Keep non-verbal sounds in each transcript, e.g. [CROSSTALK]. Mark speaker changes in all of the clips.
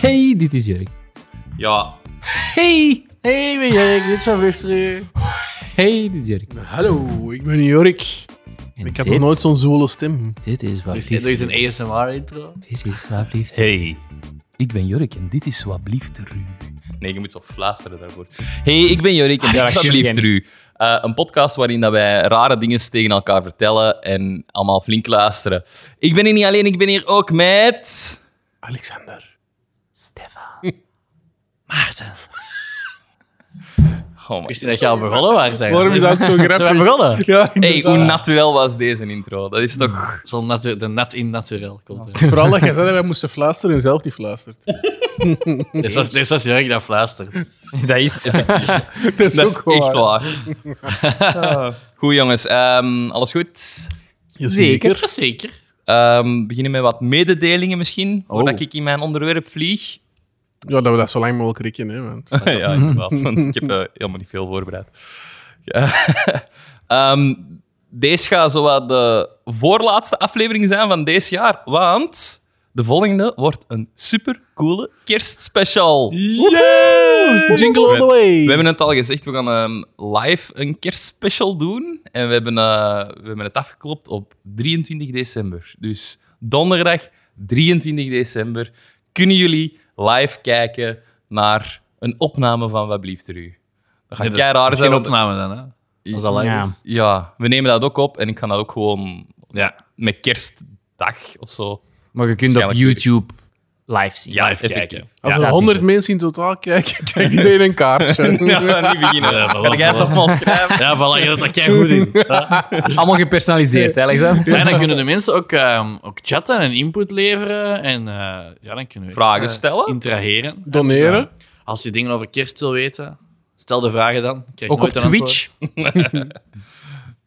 Speaker 1: Hey, dit is Jurk.
Speaker 2: Ja,
Speaker 1: Hey,
Speaker 3: Hey, ik ben Jurk, dit zijn Wifter.
Speaker 1: hey, dit is Jurk.
Speaker 3: Hallo, ik ben Jurk.
Speaker 1: En
Speaker 3: Ik heb
Speaker 1: dit-
Speaker 3: nog nooit zo'n zwoele stem.
Speaker 1: Dit is wat
Speaker 3: Er
Speaker 1: liefst.
Speaker 3: is een ASMR-intro.
Speaker 1: Dit is wat liefst.
Speaker 2: hey.
Speaker 1: Ik ben Jurk en dit is wat blieft Ru.
Speaker 2: Nee, je moet zo fluisteren daarvoor. Ah, Hey, ik ben Jorik en dit
Speaker 1: ja,
Speaker 2: is Alsjeblieft
Speaker 1: Jurgen.
Speaker 2: Ru. Eh, een podcast waarin dat wij rare dingen tegen elkaar vertellen en allemaal flink luisteren. Ik ben hier niet alleen, ik ben hier ook met...
Speaker 3: Alexander.
Speaker 2: Oh my
Speaker 4: Wist je dat je al begonnen was? eigenlijk?
Speaker 3: Waarom is dat zo grappig?
Speaker 4: Zijn we begonnen?
Speaker 3: Ja,
Speaker 2: Hey,
Speaker 3: inderdaad.
Speaker 2: hoe naturel was deze intro? Dat is toch...
Speaker 4: Zo natu- de nat in naturel komt er.
Speaker 3: Vooral dat jij zei dat wij moesten fluisteren en zelf niet fluistert.
Speaker 4: Dit was, dit was Jurk dat fluistert.
Speaker 1: Dat
Speaker 2: [LAUGHS]
Speaker 1: is...
Speaker 3: Dat is,
Speaker 2: Dat is
Speaker 3: ook
Speaker 2: echt waar. [LAUGHS] Goed jongens, ehm, alles goed?
Speaker 3: Ja, zeker.
Speaker 4: Zeker.
Speaker 2: Ehm, we beginnen met wat mededelingen misschien, voordat ik in mijn onderwerp vlieg.
Speaker 3: Ja, dat we dat zo lang mogelijk rikken. Hè, want...
Speaker 2: [LAUGHS] ja, inderdaad. Want ik heb eh, helemaal niet veel voorbereid. Ja. [LAUGHS] Ehm, deze gaat zowat de voorlaatste aflevering zijn van dit jaar. Want de volgende wordt een supercoole kerstspecial.
Speaker 3: Jingle all the
Speaker 2: We
Speaker 3: way.
Speaker 2: hebben het al gezegd, we gaan ehm, live een kerstspecial doen. En we hebben, eh, we hebben het afgeklopt op 23 december. Dus donderdag 23 december kunnen jullie live kijken naar een opname van Wat blieft er u. Dat gaat
Speaker 4: Dat
Speaker 2: jij raar
Speaker 4: is geen
Speaker 2: zijn. want-
Speaker 4: opname dan, hè? Als dat live
Speaker 1: Ja.
Speaker 4: is.
Speaker 2: Ja, we nemen dat ook op en ik ga dat ook gewoon
Speaker 4: Ja.
Speaker 2: met kerstdag of zo.
Speaker 1: Maar je kunt op
Speaker 2: Waarschijnlijk
Speaker 1: YouTube live zien.
Speaker 4: Ja, even
Speaker 2: effectief.
Speaker 4: kijken.
Speaker 3: Als
Speaker 1: Ja,
Speaker 3: er
Speaker 1: dat is
Speaker 3: 100
Speaker 1: het.
Speaker 3: mensen in totaal kijken, [LAUGHS] krijg iedereen een kaartje.
Speaker 2: Ja, niet beginnen.
Speaker 4: Ja, voilà,
Speaker 2: Ga jij eens
Speaker 4: voilà.
Speaker 2: allemaal schrijven?
Speaker 4: Ja, voilà, je hebt dat kei goed in.
Speaker 1: Allemaal gepersonaliseerd, hè, Alexander?
Speaker 4: Ja, En dan kunnen de mensen ook, ehm, ook chatten en input leveren. En eh, ja, dan kunnen we
Speaker 2: Vragen
Speaker 4: eh,
Speaker 2: stellen?
Speaker 4: Interageren.
Speaker 3: Doneren.
Speaker 4: Dus, eh, als je dingen over kerst wil weten, stel de vragen dan. Ik Krijg
Speaker 1: Ook op
Speaker 4: nooit een
Speaker 1: Twitch.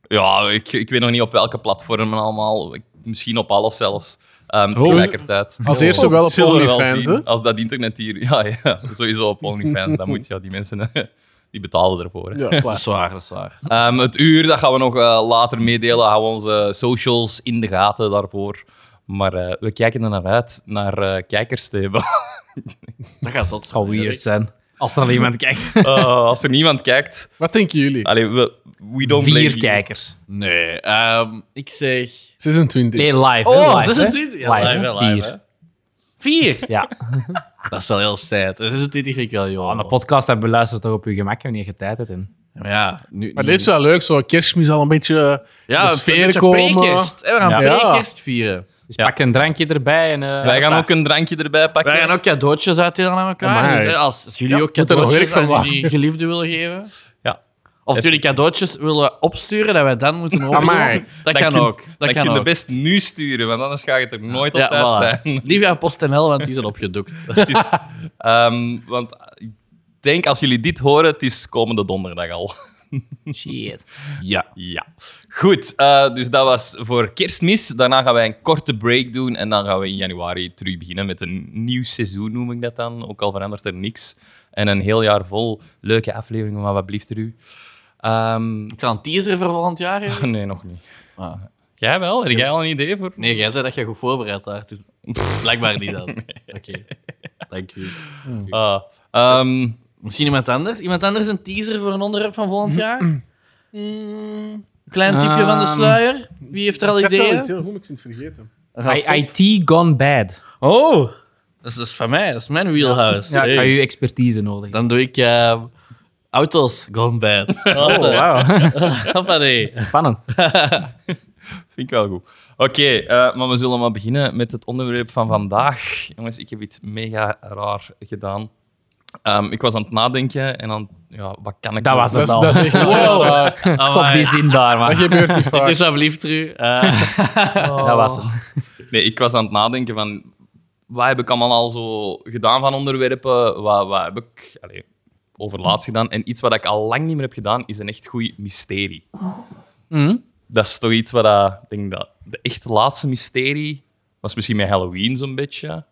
Speaker 2: Ja, ik, ik weet nog niet op welke platformen allemaal. Ik- Misschien op alles zelfs. ehm, tegelijkertijd.
Speaker 3: Als eerste
Speaker 2: Oh,
Speaker 3: wel op
Speaker 2: zullen we wel
Speaker 3: OnlyFans,
Speaker 2: zien.
Speaker 3: hè?
Speaker 2: Als dat internet hier... [LAUGHS] Ja, ja, sowieso op OnlyFans. dat moet, ja. Die mensen [LAUGHS] eh, die betalen ervoor. hè.
Speaker 3: Ja,
Speaker 4: Dat
Speaker 3: klaar.
Speaker 4: is waar, dat is waar.
Speaker 2: Ehm, het uur, dat gaan we nog eh, later meedelen. Houden we onze socials in de gaten daarvoor. Maar eh, we kijken er naar uit, naar eh, kijkers te hebben.
Speaker 4: Dat gaat zot.
Speaker 1: Zou weird zijn. Als er al iemand [LAUGHS] kijkt.
Speaker 2: [LAUGHS] Eh, als er niemand kijkt...
Speaker 3: Wat denken jullie?
Speaker 2: Allee, we, we don't blame
Speaker 1: Vier
Speaker 2: you.
Speaker 1: kijkers.
Speaker 4: Nee, ehm, ik zeg...
Speaker 3: 26.
Speaker 1: Nee, live.
Speaker 4: Oh,
Speaker 1: hè, live,
Speaker 4: 26? Ja,
Speaker 1: hè.
Speaker 4: live,
Speaker 1: hè,
Speaker 4: hè, live,
Speaker 1: Vier.
Speaker 4: hè. Vier?
Speaker 1: Ja,
Speaker 4: Dat is wel heel sad. Ah, Dat is het niet ik wel, joh.
Speaker 1: aan de podcast hebben beluisterd toch op je gemak wanneer je tijd hebt. Dus En...
Speaker 4: Maar ja, nu...
Speaker 3: Maar dit is wel leuk, zo kerstmis al een beetje eh,
Speaker 4: ja,
Speaker 3: de sfeer
Speaker 4: een beetje
Speaker 3: komen.
Speaker 4: pre-kerst. Hè, We gaan
Speaker 3: Ja.
Speaker 4: pre-kerst vieren.
Speaker 1: Dus pak een drankje erbij en... eh,
Speaker 2: Wij gaan ook een drankje erbij pakken.
Speaker 4: Wij gaan ook cadeautjes uitdelen aan elkaar.
Speaker 3: Amai.
Speaker 4: Dus, hè, als, als jullie ook
Speaker 3: moet er nog
Speaker 4: cadeautjes
Speaker 3: werk
Speaker 4: aan
Speaker 3: van
Speaker 4: jullie geliefden willen geven...
Speaker 2: Ja.
Speaker 4: Of als jullie cadeautjes willen opsturen, dat wij dan moeten
Speaker 3: Amai.
Speaker 4: overdoen. Dat
Speaker 2: Dan
Speaker 4: kan
Speaker 2: kun-
Speaker 4: ook. Dat
Speaker 2: dan kun
Speaker 4: kan
Speaker 2: je
Speaker 4: ook.
Speaker 2: best nu sturen, want anders ga je het er nooit op
Speaker 4: Ja,
Speaker 2: tijd
Speaker 4: voilà.
Speaker 2: zijn. [LAUGHS]
Speaker 4: Die via PostNL, want die zijn opgedoekt. [LAUGHS]
Speaker 2: Ehm, want ik denk als jullie dit horen, het is komende donderdag al. [LAUGHS]
Speaker 1: Shit.
Speaker 4: ja.
Speaker 2: Ja. Goed, eh, dus dat was voor kerstmis. Daarna gaan wij een korte break doen en dan gaan we in januari terug beginnen met een nieuw seizoen, noem ik dat dan. Ook al verandert er niks. En een heel jaar vol leuke afleveringen van Wat blieft er u? Ehm,
Speaker 4: Ik ga een teaser voor volgend jaar. hè.
Speaker 2: nee, nog niet.
Speaker 4: Ah.
Speaker 2: Jij wel? Heb jij al een idee voor?
Speaker 4: Nee, jij zei dat je goed voorbereid was. Dus blijkbaar [LAUGHS] niet dan. Oké. Dank u.
Speaker 3: Hmm.
Speaker 2: Ah, ehm,
Speaker 4: Misschien iemand anders? Iemand anders een teaser voor een onderwerp van volgend jaar? Mm, Klein tipje van de
Speaker 1: Ehm.
Speaker 4: sluier. Wie heeft er al
Speaker 3: Ik had wel
Speaker 4: ideeën?
Speaker 3: iets heel goed, maar ik ben het vergeten.
Speaker 1: I- IT gone bad.
Speaker 4: Oh, dat is dus van mij. Dat is mijn wheelhouse.
Speaker 1: Ja,
Speaker 4: Hey.
Speaker 1: ik ga je expertise nodig.
Speaker 4: Dan doe ik ehm, auto's gone [LAUGHS] bad.
Speaker 1: Oh, wow.
Speaker 4: Hoppatee.
Speaker 1: [LAUGHS] Spannend.
Speaker 2: Vind ik wel goed. Oké, eh, maar we zullen maar beginnen met het onderwerp van vandaag. Jongens, ik heb iets mega raar gedaan. Ehm, ik was aan het nadenken en aan... Ja, wat kan ik...
Speaker 1: Dat was
Speaker 3: Dat
Speaker 1: het
Speaker 3: is,
Speaker 1: al.
Speaker 3: dat is
Speaker 1: [LAUGHS]
Speaker 3: echt wow.
Speaker 1: Stop die zin daar, man.
Speaker 3: Dat gebeurt niet
Speaker 4: Het
Speaker 3: vaak.
Speaker 4: is alsjeblieft, Ru. Eh,
Speaker 1: Dat was het.
Speaker 2: Oh, Nee, ik was aan het nadenken van... Wat heb ik allemaal al zo gedaan van onderwerpen? Wat, wat heb ik allee, overlaatst gedaan? En iets wat ik al lang niet meer heb gedaan, is een echt goed mysterie. Dat is toch iets wat... dat- Ik denk dat de echt laatste mysterie was misschien met Halloween zo'n beetje.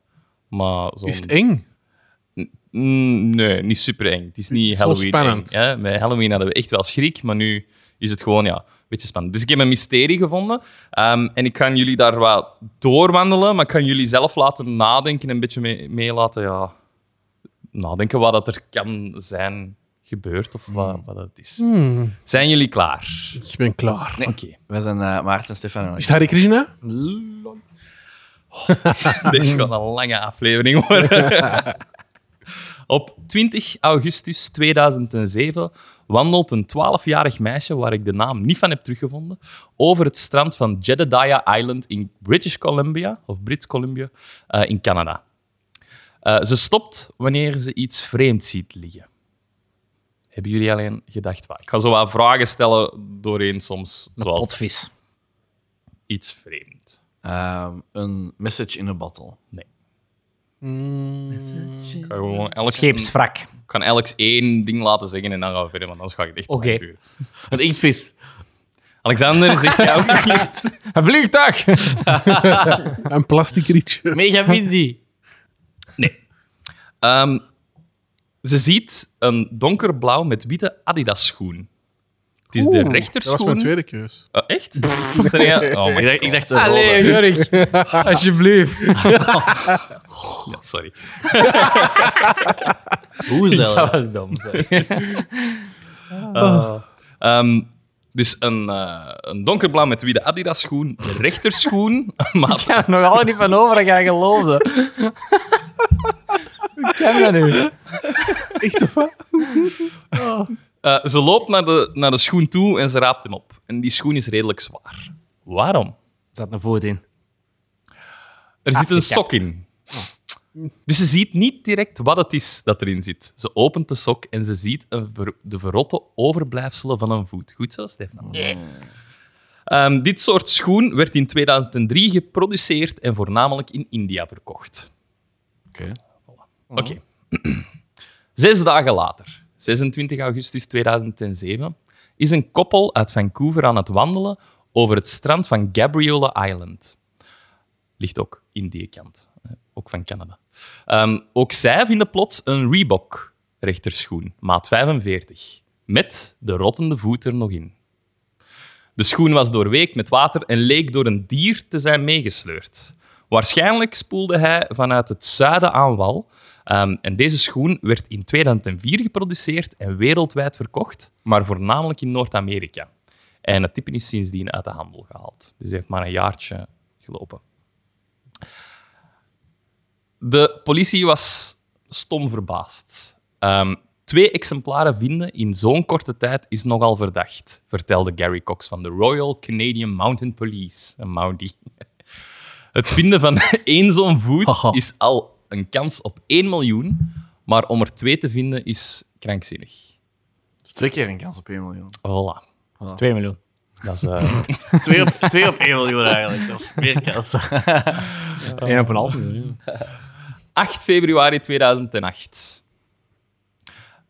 Speaker 2: Maar zo'n-
Speaker 3: Is het eng?
Speaker 2: Mm, nee, niet super eng. Het is niet
Speaker 3: is wel
Speaker 2: Halloween.
Speaker 3: spannend.
Speaker 2: Eng, hè? Met Halloween hadden we echt wel schrik, maar nu is het gewoon ja, een beetje spannend. Dus ik heb een mysterie gevonden. ehm, en ik kan jullie daar wat doorwandelen, maar ik kan jullie zelf laten nadenken en een beetje mee, mee laten ja, nadenken wat dat er kan zijn gebeurd of
Speaker 3: Hmm.
Speaker 2: wat, wat het is. Zijn jullie klaar?
Speaker 3: Ik ben klaar.
Speaker 2: Nee, Oké.
Speaker 4: [LAUGHS] We zijn eh, Maarten, Stefan en
Speaker 3: Is
Speaker 4: ik.
Speaker 3: het Hare Krishna?
Speaker 2: [LAUGHS] Deze gaat een lange aflevering worden. Op 20 augustus 2007 wandelt een 12-jarig meisje, waar ik de naam niet van heb teruggevonden, over het strand van Jedediah Island in British Columbia, of Brits Columbia, eh, in Canada. Eh, ze stopt wanneer ze iets vreemds ziet liggen. Hebben jullie alleen gedacht? Wat? Ik ga zo wat vragen stellen doorheen soms, zoals
Speaker 1: Potvis.
Speaker 2: iets vreemd.
Speaker 4: Ehm, een message in a bottle.
Speaker 2: Ik ga gewoon elk
Speaker 1: Scheepswrak.
Speaker 2: Ik kan Alex één ding laten zeggen en dan gaan we verder, want anders ga ik echt
Speaker 1: Oké. Een inktvis.
Speaker 2: Alexander zegt jou ook iets.
Speaker 1: Een vliegtuig.
Speaker 3: Een plastic rietje.
Speaker 4: Mega [LAUGHS] windy.
Speaker 2: Ehm, ze ziet een donkerblauw met witte Adidas schoen. Het is de
Speaker 3: Dat was mijn
Speaker 2: rechterschoen.
Speaker 3: tweede keus.
Speaker 2: Oh, echt? Nee, ja. oh, maar ik dacht, ik dacht zo.
Speaker 1: Allee, Jurk. Alsjeblieft.
Speaker 2: Ja, sorry.
Speaker 4: Hoe
Speaker 1: [LAUGHS] Dat
Speaker 4: zelf?
Speaker 1: was dom. sorry.
Speaker 2: Ehm, dus een, eh, een donkerblauw met witte Adidas schoen, de rechterschoen. [LAUGHS] Maar
Speaker 1: Ik kan er nog altijd niet van over gaan geloven. Hoe kan dat nu?
Speaker 3: Echt of wat?
Speaker 2: Eh, ze loopt naar de, naar de schoen toe en ze raapt hem op. En die schoen is redelijk zwaar. Waarom?
Speaker 1: zat een voet in.
Speaker 2: Er zit een
Speaker 1: Afrika.
Speaker 2: sok in. Dus ze ziet niet direct wat het is dat erin zit. Ze opent de sok en ze ziet een ver- de verrotte overblijfselen van een voet. Goed zo, Stefan. Ehm, dit soort schoen werd in 2003 geproduceerd en voornamelijk in India verkocht.
Speaker 4: Oké.
Speaker 2: Oké. [CLEARS THROAT] Zes dagen later, 26 augustus 2007, is een koppel uit Vancouver aan het wandelen over het strand van Gabriola Island. Ligt ook in die kant, eh, ook van Canada. Ehm, ook zij vinden plots een Reebok rechterschoen, maat 45, met de rottende voet er nog in. De schoen was doorweekt met water en leek door een dier te zijn meegesleurd. Waarschijnlijk spoelde hij vanuit het zuiden aan wal. Ehm, en deze schoen werd in 2004 geproduceerd en wereldwijd verkocht, maar voornamelijk in Noord-Amerika. En het type is sindsdien uit de handel gehaald. Dus hij heeft maar een jaartje gelopen. De politie was stom verbaasd. Ehm, twee exemplaren vinden in zo'n korte tijd is nogal verdacht, vertelde Gary Cox van de Royal Canadian Mountain Police, een Mountie. Het vinden van [LAUGHS] één zo'n voet is al een kans op 1 miljoen, maar om er twee te vinden is krankzinnig.
Speaker 4: Twee keer een kans op 1 miljoen.
Speaker 2: Voilà.
Speaker 1: Dat is 2 miljoen.
Speaker 2: Dat is, eh,
Speaker 4: Twee op, twee op 1 miljoen eigenlijk. Dat is meer kans.
Speaker 1: 1 op een half miljoen.
Speaker 2: 8 februari 2008.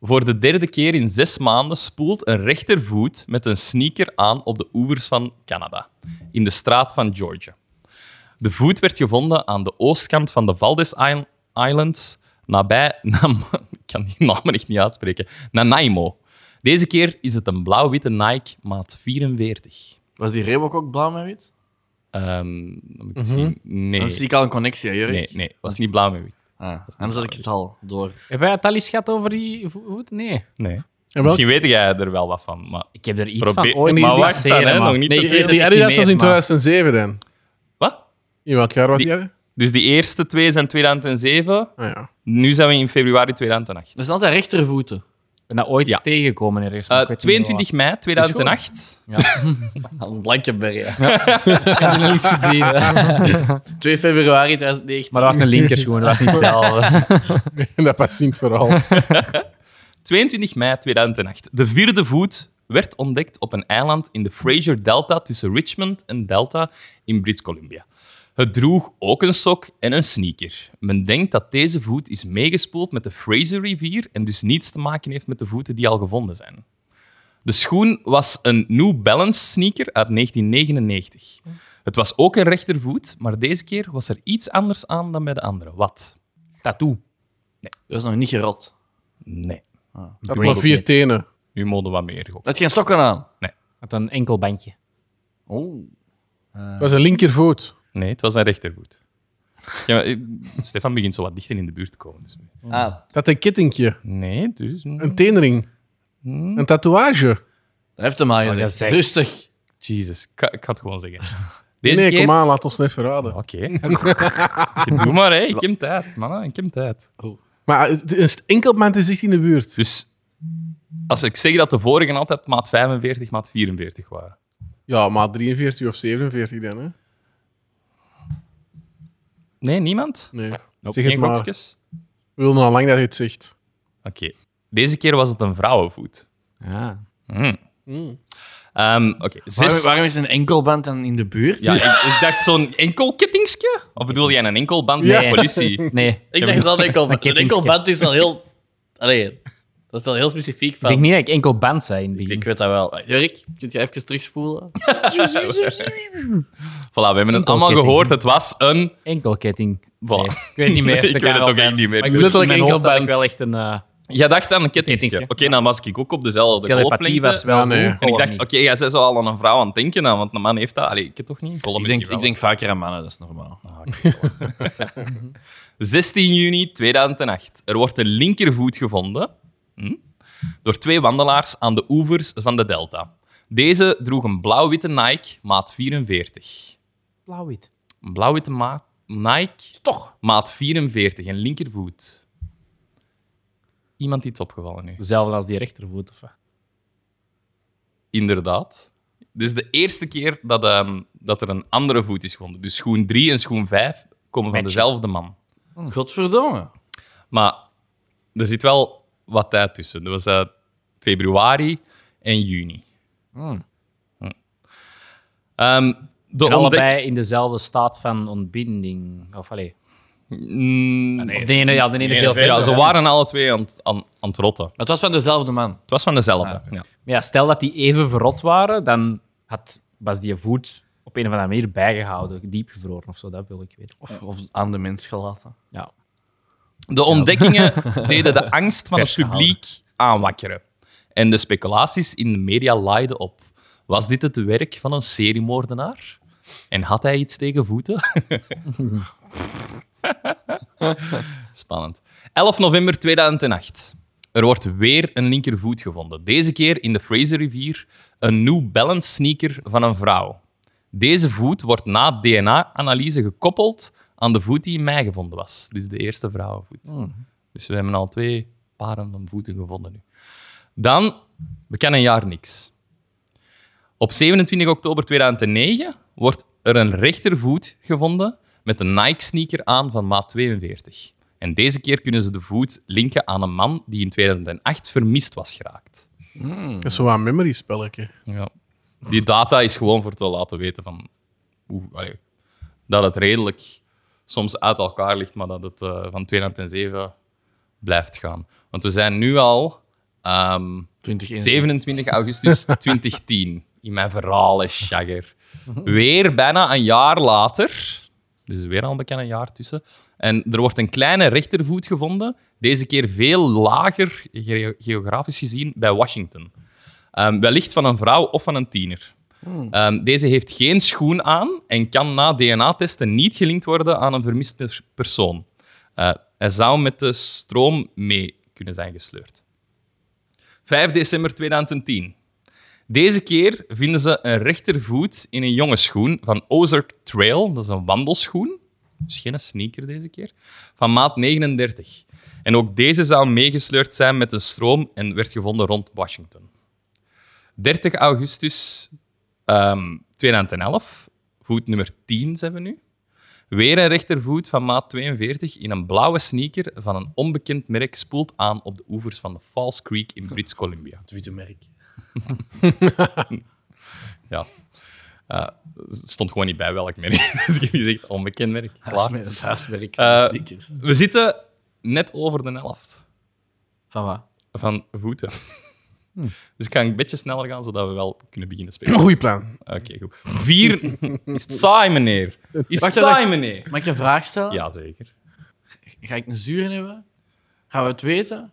Speaker 2: Voor de derde keer in zes maanden spoelt een rechtervoet met een sneaker aan op de oevers van Canada, in de straat van Georgia. De voet werd gevonden aan de oostkant van de Valdes Isl- Islands, nabij [LAUGHS] Nam ik kan die namen echt niet uitspreken, Nanaimo. Deze keer is het een blauw-witte Nike maat 44.
Speaker 4: Was die Reebok ook blauw met wit?
Speaker 2: Ehm, dan moet ik zien.
Speaker 4: Dan
Speaker 2: Nee,
Speaker 4: zie ik al een connectie, hè, Jurk?
Speaker 2: nee, nee, was niet blauw met wit.
Speaker 4: Ah, anders had ik het al door.
Speaker 1: [LAUGHS] Heb jij het al eens gehad over die vo- voet? Nee.
Speaker 2: Nee.
Speaker 3: En welk?
Speaker 2: Misschien weet jij er wel wat van, maar
Speaker 1: Ik heb er iets
Speaker 2: Probeer-
Speaker 1: van ooit
Speaker 2: maar
Speaker 1: zien
Speaker 2: wacht dan,
Speaker 1: passeren,
Speaker 2: hè,
Speaker 1: maar-
Speaker 2: nog niet
Speaker 1: Nee,
Speaker 2: dat-
Speaker 1: ik weet het
Speaker 3: Die
Speaker 1: echt
Speaker 3: Adidas
Speaker 1: niet
Speaker 3: was in
Speaker 1: meer, maar-
Speaker 3: 2007 dan.
Speaker 2: Wat?
Speaker 3: In welk jaar was die?
Speaker 2: Die-
Speaker 3: hè?
Speaker 2: Dus die eerste twee zijn 2007.
Speaker 3: Ah, ja. [LAUGHS]
Speaker 2: Nu zijn we in februari 2008.
Speaker 4: Dat zijn altijd rechtervoeten.
Speaker 1: Ik ben dat ooit
Speaker 2: Ja.
Speaker 1: eens tegengekomen ergens. maar
Speaker 2: Eh,
Speaker 1: ik weet niet meer
Speaker 2: 22 mei 2008.
Speaker 4: Een Blankenberg.
Speaker 1: waar. Ik had het al eens gezien. [LAUGHS] hè.
Speaker 4: 2 februari 2019.
Speaker 1: Maar dat was een linkerschoen, dat was niet hetzelfde.
Speaker 3: Dat past niet vooral.
Speaker 2: 22 mei 2008. De vierde voet werd ontdekt op een eiland in de Fraser Delta tussen Richmond en Delta in Brits-Columbia. Het droeg ook een sok en een sneaker. Men denkt dat deze voet is meegespoeld met de Fraser rivier en dus niets te maken heeft met de voeten die al gevonden zijn. De schoen was een New Balance sneaker uit 1999. Het was ook een rechtervoet, maar deze keer was er iets anders aan dan bij de andere. Wat?
Speaker 1: Tattoo.
Speaker 4: Dat is nog niet gerot.
Speaker 2: Nee.
Speaker 3: Dat maar vier tenen.
Speaker 2: Nu mogen we wat meer. gok.
Speaker 4: Dat had geen sokken aan.
Speaker 2: Nee.
Speaker 1: Met een enkel bandje.
Speaker 2: Oh.
Speaker 3: Dat was een linkervoet.
Speaker 2: Nee, het was zijn rechtervoet. Ja, maar, eh, [LAUGHS] Stefan begint zo wat dichter in de buurt te komen. Dus.
Speaker 4: Ah,
Speaker 3: Dat een kettingje,
Speaker 2: Nee, dus... mm,
Speaker 3: een teenring, een tatoeage.
Speaker 4: heeft hem maar,
Speaker 1: Oh, dat
Speaker 4: jongens.
Speaker 1: is echt-
Speaker 4: Rustig.
Speaker 2: Jezus, ik, ga- ik ga het gewoon [LAUGHS] zeggen. Deze
Speaker 3: nee,
Speaker 2: keer...
Speaker 3: kom aan, laat ons niet verraden.
Speaker 2: Oké. [LAUGHS] Ik Doe maar, hè. Ik heb tijd, mannen. Ik heb tijd.
Speaker 3: Maar het- een st- enkel band is echt in de buurt.
Speaker 2: Dus als ik zeg dat de vorige altijd maat 45, maat 44 waren.
Speaker 3: Ja, maar 43 of 47 dan, hè?
Speaker 2: Nee, niemand?
Speaker 3: Nee.
Speaker 2: Nope.
Speaker 3: Zeg het
Speaker 2: Geen
Speaker 3: maar.
Speaker 2: gokjes?
Speaker 3: We willen al lang dat je het zegt.
Speaker 2: Oké. Deze keer was het een vrouwenvoet.
Speaker 1: Ah.
Speaker 2: Mm. Ehm, Oké,
Speaker 4: Waarom,
Speaker 2: zes...
Speaker 4: waarom is een enkelband dan in de buurt?
Speaker 2: Ja, ik, ik dacht zo'n enkel kettingske? Of bedoel jij een enkel band
Speaker 1: Nee.
Speaker 2: met politie? [LAUGHS]
Speaker 1: Nee, ik
Speaker 4: Ik dacht dat enkelband. Een
Speaker 1: kettingske.
Speaker 4: enkelband is al heel... Allee, dat is al heel specifiek van...
Speaker 1: denk niet dat ik enkel band zei in het
Speaker 4: Ik
Speaker 1: begin.
Speaker 4: weet dat wel. Jurk, kun je even terugspoelen?
Speaker 2: Voilà, we hebben het
Speaker 1: Enkel
Speaker 2: allemaal
Speaker 1: ketting.
Speaker 2: gehoord. Het was een...
Speaker 1: Enkel ketting.
Speaker 2: Voilà.
Speaker 1: Nee, ik weet niet meer.
Speaker 2: Ik weet het ook echt niet meer.
Speaker 1: Maar ik bedoel, in
Speaker 2: Letterlijk
Speaker 1: mijn hoofd had ik
Speaker 2: enkelband.
Speaker 1: wel echt een... eh,
Speaker 2: Jij dacht aan een kettingske. Oké,
Speaker 1: Kettingske.
Speaker 2: dan was ik ook op dezelfde
Speaker 1: telepathie
Speaker 2: golflengte.
Speaker 1: was wel
Speaker 3: Ja, nee.
Speaker 1: goed,
Speaker 2: En ik
Speaker 1: of
Speaker 2: dacht,
Speaker 1: niet?
Speaker 2: oké, jij bent zo al aan een vrouw aan het denken, dan, want een man heeft dat. Allee, ik heb toch niet? Colin
Speaker 4: Ik denk,
Speaker 2: misschien
Speaker 4: ik
Speaker 2: wel.
Speaker 4: denk vaker aan mannen, dat is normaal.
Speaker 2: 16 juni 2008. Er wordt een linkervoet gevonden hm, door twee wandelaars aan de oevers van de delta. Deze droeg een blauw-witte Nike, maat 44.
Speaker 1: Blauw-wit.
Speaker 2: Een blauw-witte ma- Nike,
Speaker 1: Toch.
Speaker 2: maat 44, een linkervoet. Iemand die het opgevallen heeft.
Speaker 1: Dezelfde als die rechtervoet. Of... wat?
Speaker 2: Inderdaad. Dit is de eerste keer dat, ehm, dat er een andere voet is gevonden. Dus schoen 3 en schoen 5 komen
Speaker 1: Matchen.
Speaker 2: van dezelfde man.
Speaker 4: Ah. Godverdomme.
Speaker 2: Maar er zit wel wat tijd tussen. Dat was eh, februari en juni. Hm. Ehm, de
Speaker 1: Hmm. En
Speaker 2: ontdek...
Speaker 1: allebei in dezelfde staat van ontbinding. Of, allee.
Speaker 2: Mm,
Speaker 1: of de ene, ja, de ene veel verder.
Speaker 2: ja, ze waren alle twee aan, het- aan, aan het rotten.
Speaker 4: Maar het was van dezelfde man.
Speaker 2: Het was van dezelfde.
Speaker 1: Ah,
Speaker 2: ja.
Speaker 1: Maar ja, stel dat die even verrot waren, dan had, was die voet op een of andere manier bijgehouden, diep gevroren of zo, dat wil ik weten.
Speaker 4: Of, of aan de mens gelaten.
Speaker 1: Ja.
Speaker 2: De
Speaker 1: [LAUGHS]
Speaker 2: ontdekkingen deden de angst van het
Speaker 1: Vers gehouden.
Speaker 2: publiek aanwakkeren. En de speculaties in de media laaiden op. Was dit het werk van een seriemoordenaar? En had hij iets tegen voeten? [LAUGHS] Spannend. 11 november 2008. Er wordt weer een linkervoet gevonden. Deze keer in de Fraser Rivier een New Balance sneaker van een vrouw. Deze voet wordt na DNA-analyse gekoppeld aan de voet die in mei gevonden was. Dus de eerste vrouwenvoet. Dus we hebben al twee paren van voeten gevonden nu. Dan, we kennen een jaar niks. Op 27 oktober 2009 wordt er een rechtervoet gevonden met een Nike-sneaker aan van maat 42. En deze keer kunnen ze de voet linken aan een man die in 2008 vermist was geraakt.
Speaker 3: Dat is zo'n memory-spelletje.
Speaker 2: Ja. Die data is gewoon voor te laten weten van hoe, allee, dat het redelijk soms uit elkaar ligt, maar dat het eh, van 2007 blijft gaan. Want we zijn nu al ehm,
Speaker 4: 2021.
Speaker 2: 27 augustus 2010 in mijn verhalen, Shagger. Weer bijna een jaar later, dus weer al een bekend een jaar tussen, en er wordt een kleine rechtervoet gevonden, deze keer veel lager ge- geografisch gezien bij Washington. Ehm, wellicht van een vrouw of van een tiener. Ehm, deze heeft geen schoen aan en kan na DNA-testen niet gelinkt worden aan een vermist pers- persoon. Eh, hij zou met de stroom mee kunnen zijn gesleurd. 5 december 2010. Deze keer vinden ze een rechtervoet in een jongensschoen van Ozark Trail. Dat is een wandelschoen. Dus geen sneaker deze keer. Van maat 39. En ook deze zou meegesleurd zijn met de stroom en werd gevonden rond Washington. 30 augustus ehm 2011. Voet nummer 10 zijn we nu. Weer een rechtervoet van maat 42 in een blauwe sneaker van een onbekend merk spoelt aan op de oevers van de False Creek in Brits Columbia.
Speaker 4: Het witte merk.
Speaker 2: [LAUGHS] Ja. Eh, stond gewoon niet bij welk merk. [LAUGHS] Dus ik heb gezegd onbekend merk. Klaar.
Speaker 4: Huismerk. Het huismerk.
Speaker 2: Eh,
Speaker 4: stickers.
Speaker 2: We zitten net over de helft
Speaker 4: Van wat?
Speaker 2: van voeten.
Speaker 4: Hm.
Speaker 2: Dus ik ga een beetje sneller gaan, zodat we wel kunnen beginnen spelen.
Speaker 3: Goeie plan.
Speaker 2: Ah, Oké, goed. Vier... Is het saai, meneer? Is het
Speaker 4: Wacht, wacht.
Speaker 2: saai, meneer?
Speaker 4: Mag ik een vraag stellen?
Speaker 2: Jazeker.
Speaker 4: Ga ik een zuur hebben? Gaan we het weten?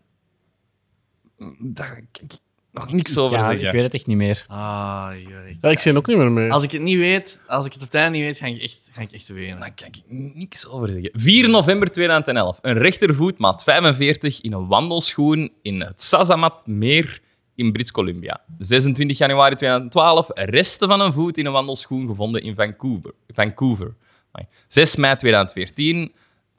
Speaker 2: Dat, ik- ik- nog niks over
Speaker 1: Ja,
Speaker 2: zeggen.
Speaker 1: ik weet het echt niet meer.
Speaker 4: Ah, Jurk.
Speaker 3: Ja, ik zit ook niet meer mee.
Speaker 4: Als ik het niet weet, als ik het op tijd niet weet, ga ik echt, ga ik echt wenen.
Speaker 2: Daar kan ik niks over zeggen. 4 november 2011. Een rechtervoet maat 45 in een wandelschoen in het Sazamat meer in Brits Columbia. 26 januari 2012. Resten van een voet in een wandelschoen gevonden in Vancouver. Vancouver. Amai. 6 mei 2014.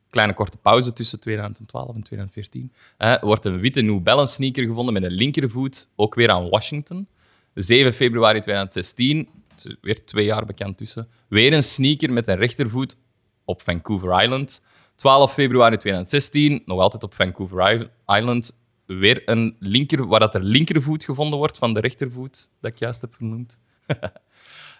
Speaker 2: Kleine korte pauze tussen 2012 en 2014. Eh, wordt een witte New Balance sneaker gevonden met een linkervoet, ook weer aan Washington. 7 februari 2016, het is weer twee jaar bekend tussen. Weer een sneaker met een rechtervoet op Vancouver Island. 12 februari 2016, nog altijd op Vancouver I- Island. Weer een linker, waar dat er linkervoet gevonden wordt van de rechtervoet, dat ik juist heb vernoemd.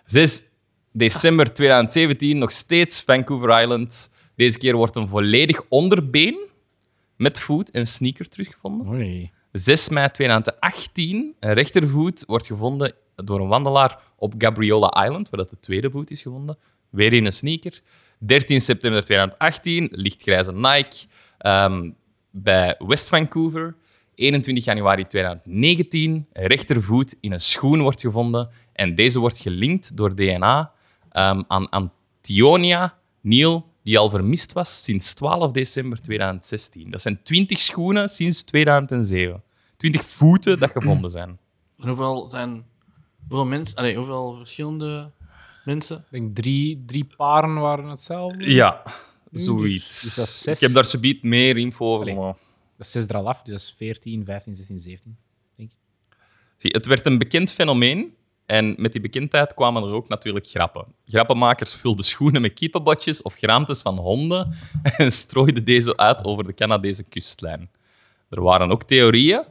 Speaker 2: 6 december 2017, nog steeds Vancouver Island. Deze keer wordt een volledig onderbeen met voet en sneaker teruggevonden.
Speaker 1: Oei.
Speaker 2: 6 mei 2018, een rechtervoet wordt gevonden door een wandelaar op Gabriola Island, waar dat de tweede voet is gevonden. Weer in een sneaker. 13 september 2018, lichtgrijze Nike ehm, bij West Vancouver. 21 januari 2019, een rechtervoet in een schoen wordt gevonden. En deze wordt gelinkt door DNA ehm, aan Antonia Neal, die al vermist was sinds 12 december 2016. Dat zijn 20 schoenen sinds 2007. 20 voeten dat gevonden zijn.
Speaker 4: En hoeveel zijn... Hoeveel mensen... Allee, hoeveel verschillende mensen...
Speaker 1: Ik denk drie, drie paren waren hetzelfde.
Speaker 2: Ja,
Speaker 1: dus- dus dat is
Speaker 2: zoiets.
Speaker 1: zes.
Speaker 2: Ik heb daar subiet meer info over.
Speaker 1: Allee.
Speaker 2: maar-
Speaker 1: Dat is zes er al af, dus dat is 14, 15, 16, 17. Denk ik.
Speaker 2: Zie, het werd een bekend fenomeen. En met die bekendheid kwamen er ook natuurlijk grappen. Grappenmakers vulden schoenen met kiepenbotjes of geraamtes van honden [LAUGHS] en strooiden deze uit over de Canadese kustlijn. Er waren ook theorieën.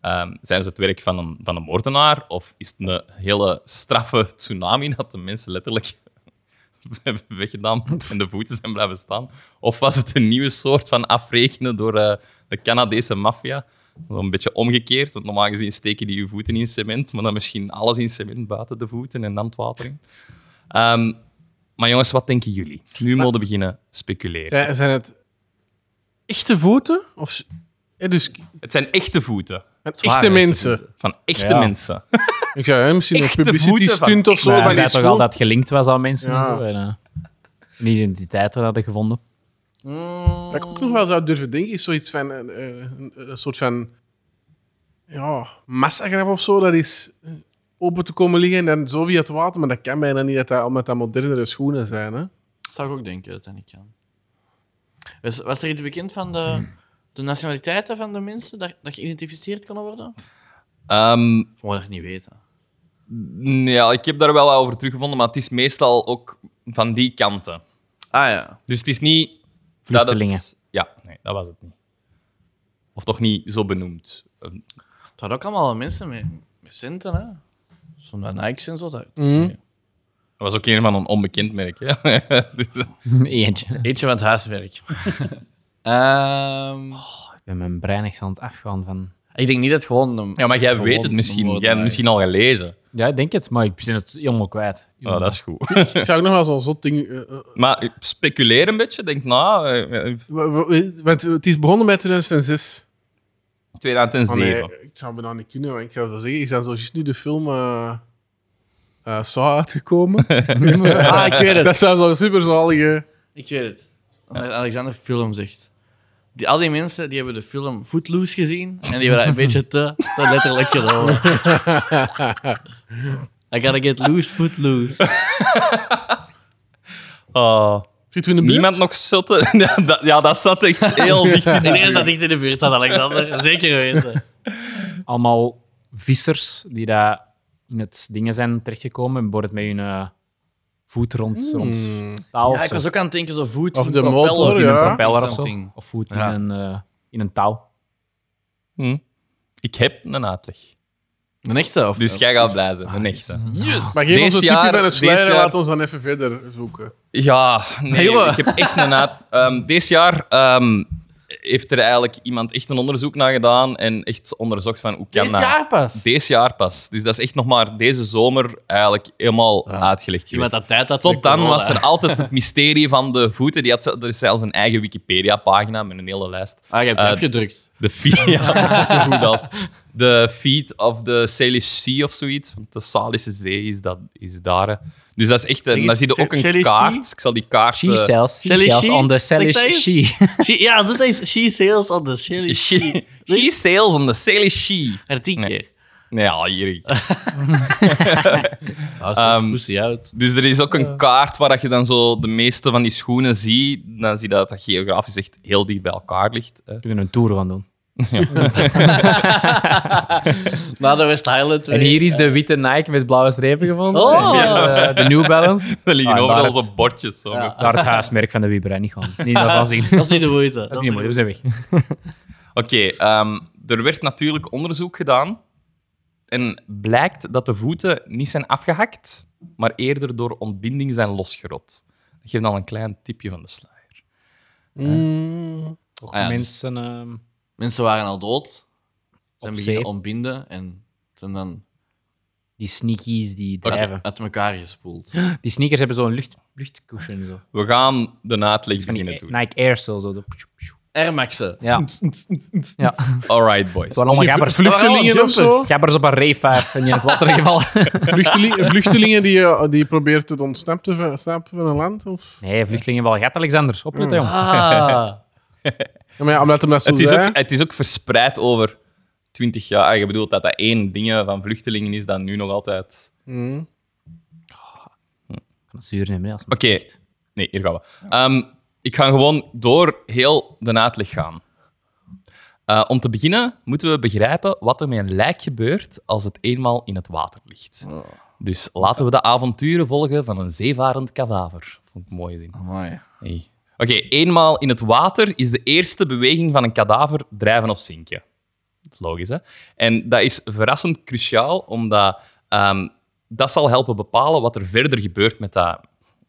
Speaker 2: Ehm, zijn ze het werk van een, van een moordenaar of is het een hele straffe tsunami dat de mensen letterlijk [LAUGHS] hebben weggedaan en de voeten zijn blijven staan? Of was het een nieuwe soort van afrekenen door eh, de Canadese maffia? Wel Een beetje omgekeerd, want normaal gezien steken die je voeten in cement, maar dan misschien alles in cement buiten de voeten en dan het water in. Ehm, maar jongens, wat denken jullie? Nu mogen we beginnen speculeren.
Speaker 3: Zijn, zijn het echte voeten? Of, s- eh, dus k-
Speaker 2: Het zijn echte voeten.
Speaker 3: echte mensen.
Speaker 2: Van echte
Speaker 1: Ja.
Speaker 2: mensen.
Speaker 3: Ik zou hè, misschien
Speaker 2: Echte
Speaker 3: een publicity
Speaker 2: voeten van
Speaker 3: stunt of zo.
Speaker 1: Maar
Speaker 3: bij
Speaker 1: hij zei
Speaker 3: die
Speaker 1: toch
Speaker 3: school.
Speaker 1: al dat het gelinkt was aan mensen
Speaker 3: Ja.
Speaker 1: en zo. En, eh, een identiteit hadden gevonden. [LAUGHS]
Speaker 3: Wat ik ook nog wel zou durven denken, is zoiets van eh, eh, een, een soort van ja, massagraf of zo. Dat is eh, open te komen liggen en dan zo via het water. Maar dat kan bijna niet, dat dat, omdat dat modernere schoenen zijn.
Speaker 2: [LAUGHS]
Speaker 3: Hè?
Speaker 4: zou ik ook denken uiteindelijk aan. Was, was er iets bekend van de, de nationaliteiten van de mensen dat, dat geïdentificeerd kan worden?
Speaker 2: Ehm,
Speaker 4: Ik moet dat niet weten.
Speaker 2: ja, ik heb daar wel wat over teruggevonden, maar het is meestal ook van die kanten.
Speaker 4: Ah ja.
Speaker 2: Dus het is niet...
Speaker 1: Vluchtelingen.
Speaker 2: Dat het, ja, nee, dat was het niet. Of toch niet zo benoemd. Ehm,
Speaker 4: Het hadden ook allemaal mensen met, met centen, hè? Zo'n dat Nikes en zo. Dat,
Speaker 2: Dat was ook een van een onbekend merk. Hè? [LAUGHS] Dus,
Speaker 1: Eentje.
Speaker 4: Eentje van het huiswerk. Ehm,
Speaker 1: Ik ben mijn brein echt aan het afgaan van...
Speaker 4: ik denk niet dat het gewoon... Een,
Speaker 2: ja, maar jij
Speaker 4: Gewoon
Speaker 2: weet het misschien. Jij hebt
Speaker 4: moordenaar.
Speaker 2: het misschien al gelezen.
Speaker 1: Ja, ik denk het, maar ik ben het helemaal kwijt.
Speaker 2: Oh, dat is goed. [LAUGHS]
Speaker 3: Ik zou ook nog wel zo'n zot ding... eh, eh,
Speaker 2: Maar speculeer een beetje. Denk na. eh, eh,
Speaker 3: wa- wa- want het is begonnen bij 2006.
Speaker 2: 2007.
Speaker 3: Ah, nee, ik zou me dan niet kunnen, want ik zou wel zeggen, is dan zoals nu de film eh eh, Saw
Speaker 1: [LAUGHS]
Speaker 3: uitgekomen?
Speaker 4: Ah, ik weet
Speaker 3: dat
Speaker 4: het.
Speaker 3: zou zo'n superzalige...
Speaker 4: Ik weet het. Omdat Alexander film zegt. Die, al die mensen die hebben de film Footloose gezien en die hebben dat een beetje te, te letterlijk genomen. I gotta get loose, footloose. [LAUGHS]
Speaker 2: Oh.
Speaker 3: Zitten we in de buurt?
Speaker 2: Niemand nog zotte? [LAUGHS] Ja, dat, ja, dat zat echt heel dicht in.
Speaker 4: Ik denk dat dat dicht in de buurt zat, Alexander. Zeker weten.
Speaker 1: Allemaal vissers die daar in het dingen zijn terechtgekomen en worden met hun eh, voet rond, rond taal
Speaker 4: Ja, ik was ook aan het denken, zo voet
Speaker 3: Of
Speaker 4: in
Speaker 3: de
Speaker 4: propeller.
Speaker 3: motor,
Speaker 4: in
Speaker 3: ja.
Speaker 4: een
Speaker 1: propeller of zo.
Speaker 4: something.
Speaker 1: Of voet
Speaker 4: Ja.
Speaker 1: in, een, eh, in een touw.
Speaker 2: Hm. Ik heb een uitleg.
Speaker 4: Een echte, of
Speaker 2: Dus jij gaat blij zijn, een echte.
Speaker 3: Maar geef
Speaker 2: Deze
Speaker 3: ons een tipje
Speaker 2: jaar-
Speaker 3: van een
Speaker 2: deze
Speaker 3: sluier en
Speaker 2: jaar-
Speaker 3: laat ons dan even verder zoeken.
Speaker 2: Ja, nee,
Speaker 4: jongen.
Speaker 2: ik heb echt een uit. Ehm, dit jaar ehm, heeft er eigenlijk iemand echt een onderzoek naar gedaan en echt onderzocht van hoe kan
Speaker 4: Dit
Speaker 2: dat.
Speaker 4: jaar pas.
Speaker 2: Deze jaar pas. Dus dat is echt nog maar deze zomer eigenlijk helemaal uitgelegd
Speaker 4: Iemand
Speaker 2: geweest.
Speaker 4: dat tijd had.
Speaker 2: Tot dan was er altijd
Speaker 4: [LAUGHS]
Speaker 2: het mysterie van de voeten. Die had, ze- er is zelfs een eigen Wikipedia-pagina met een hele lijst.
Speaker 4: Ah, je hebt
Speaker 2: Eh, [LAUGHS]
Speaker 4: het gedrukt.
Speaker 2: De vier, ja, zo goed als. de feet of the Salish Sea of zoiets. Want de Salische Zee is, dat, is daar. hè. Dus dat is echt...
Speaker 4: Zeg
Speaker 2: Een,
Speaker 4: eens,
Speaker 2: daar zie je ook een
Speaker 4: Salish Sea?
Speaker 2: kaart. Ik zal die kaart...
Speaker 1: She
Speaker 2: eh,
Speaker 1: sells
Speaker 4: Sally
Speaker 1: seashells
Speaker 4: she?
Speaker 1: on the
Speaker 4: Zeg
Speaker 1: Salish
Speaker 4: dat eens.
Speaker 1: she.
Speaker 4: [LAUGHS] She, ja, doe dat eens. She sails on the
Speaker 2: [LAUGHS]
Speaker 4: Shelly.
Speaker 2: she, she sails on the Salish Sea.
Speaker 4: Maar tien
Speaker 2: Nee.
Speaker 4: keer.
Speaker 2: Nee, ja, hier.
Speaker 4: Ah, um, pussy out.
Speaker 2: Dus er is ook een kaart waar dat je dan zo de meeste van die schoenen ziet. Dan zie je dat dat geografisch echt heel dicht bij elkaar ligt. hè. [LAUGHS]
Speaker 1: We kunnen een tour gaan doen.
Speaker 4: Na de West Highland.
Speaker 1: En
Speaker 4: [LAUGHS]
Speaker 1: hier is de witte Nike met blauwe strepen gevonden.
Speaker 4: Oh.
Speaker 1: En, eh, de New [LAUGHS] Balance.
Speaker 2: Er liggen
Speaker 1: Ah,
Speaker 2: overal
Speaker 1: daar
Speaker 2: zo
Speaker 1: het-
Speaker 2: bordjes. Zo.
Speaker 4: Ja.
Speaker 1: Daar het huismerk van de Wieberij niet [LAUGHS] gaan. Niet daarvan zien.
Speaker 4: Dat is niet de moeite.
Speaker 1: Dat is niet mooi, we zijn weg.
Speaker 2: Oké, ehm, er werd natuurlijk onderzoek gedaan. En blijkt dat de voeten niet zijn afgehakt, maar eerder door ontbinding zijn losgerot. Dat geeft al een klein tipje van de sluier.
Speaker 1: Toch
Speaker 4: Ah ja, dus-
Speaker 1: mensen... ehm,
Speaker 4: Mensen waren al dood. Zijn
Speaker 1: Op
Speaker 4: beginnen
Speaker 1: zeep.
Speaker 4: ontbinden en zijn dan
Speaker 1: die sneakies die drijven.
Speaker 4: uit elkaar gespoeld.
Speaker 1: Die sneakers hebben zo'n lucht, luchtcushion. Zo.
Speaker 2: We gaan de uitleg
Speaker 1: Van die e-
Speaker 2: beginnen doen.
Speaker 1: Nike Airsoul. Zo. de-
Speaker 4: Air Maxen. [LAUGHS]
Speaker 1: Ja. ja. Het [LAUGHS]
Speaker 2: Alright, boys.
Speaker 1: waren allemaal gabbers.
Speaker 3: Vluchtelingen of zo.
Speaker 1: Gabbers op een rayfive en je in het water gevallen.
Speaker 3: Vluchteli- Vluchtelingen die, eh, die probeert het ontsnappen van, ontsnappen van een land? Of?
Speaker 1: Nee, vluchtelingen wel. Gaat Alexander. Opletten, jong.
Speaker 4: Ah.
Speaker 3: Ja, maar ja, omdat hem dat zo
Speaker 2: Het is,
Speaker 3: zei.
Speaker 2: ook, het is ook verspreid over 20 jaar. Je bedoelt dat dat één ding van vluchtelingen is dat nu nog altijd.
Speaker 1: Kan het zuur nemen, hè, als-
Speaker 2: Oké, nee, hier gaan we. Ehm, ik ga gewoon door heel de uitleg gaan. Eh, om te beginnen moeten we begrijpen wat er met een lijk gebeurt als het eenmaal in het water ligt. Dus laten we de avonturen volgen van een zeevarend kadaver. Vond ik een mooie zin.
Speaker 4: Mooi.
Speaker 2: Hey. Oké, eenmaal in het water is de eerste beweging van een kadaver drijven of zinken. Dat is logisch, hè? En dat is verrassend cruciaal, omdat ehm, dat zal helpen bepalen wat er verder gebeurt met dat,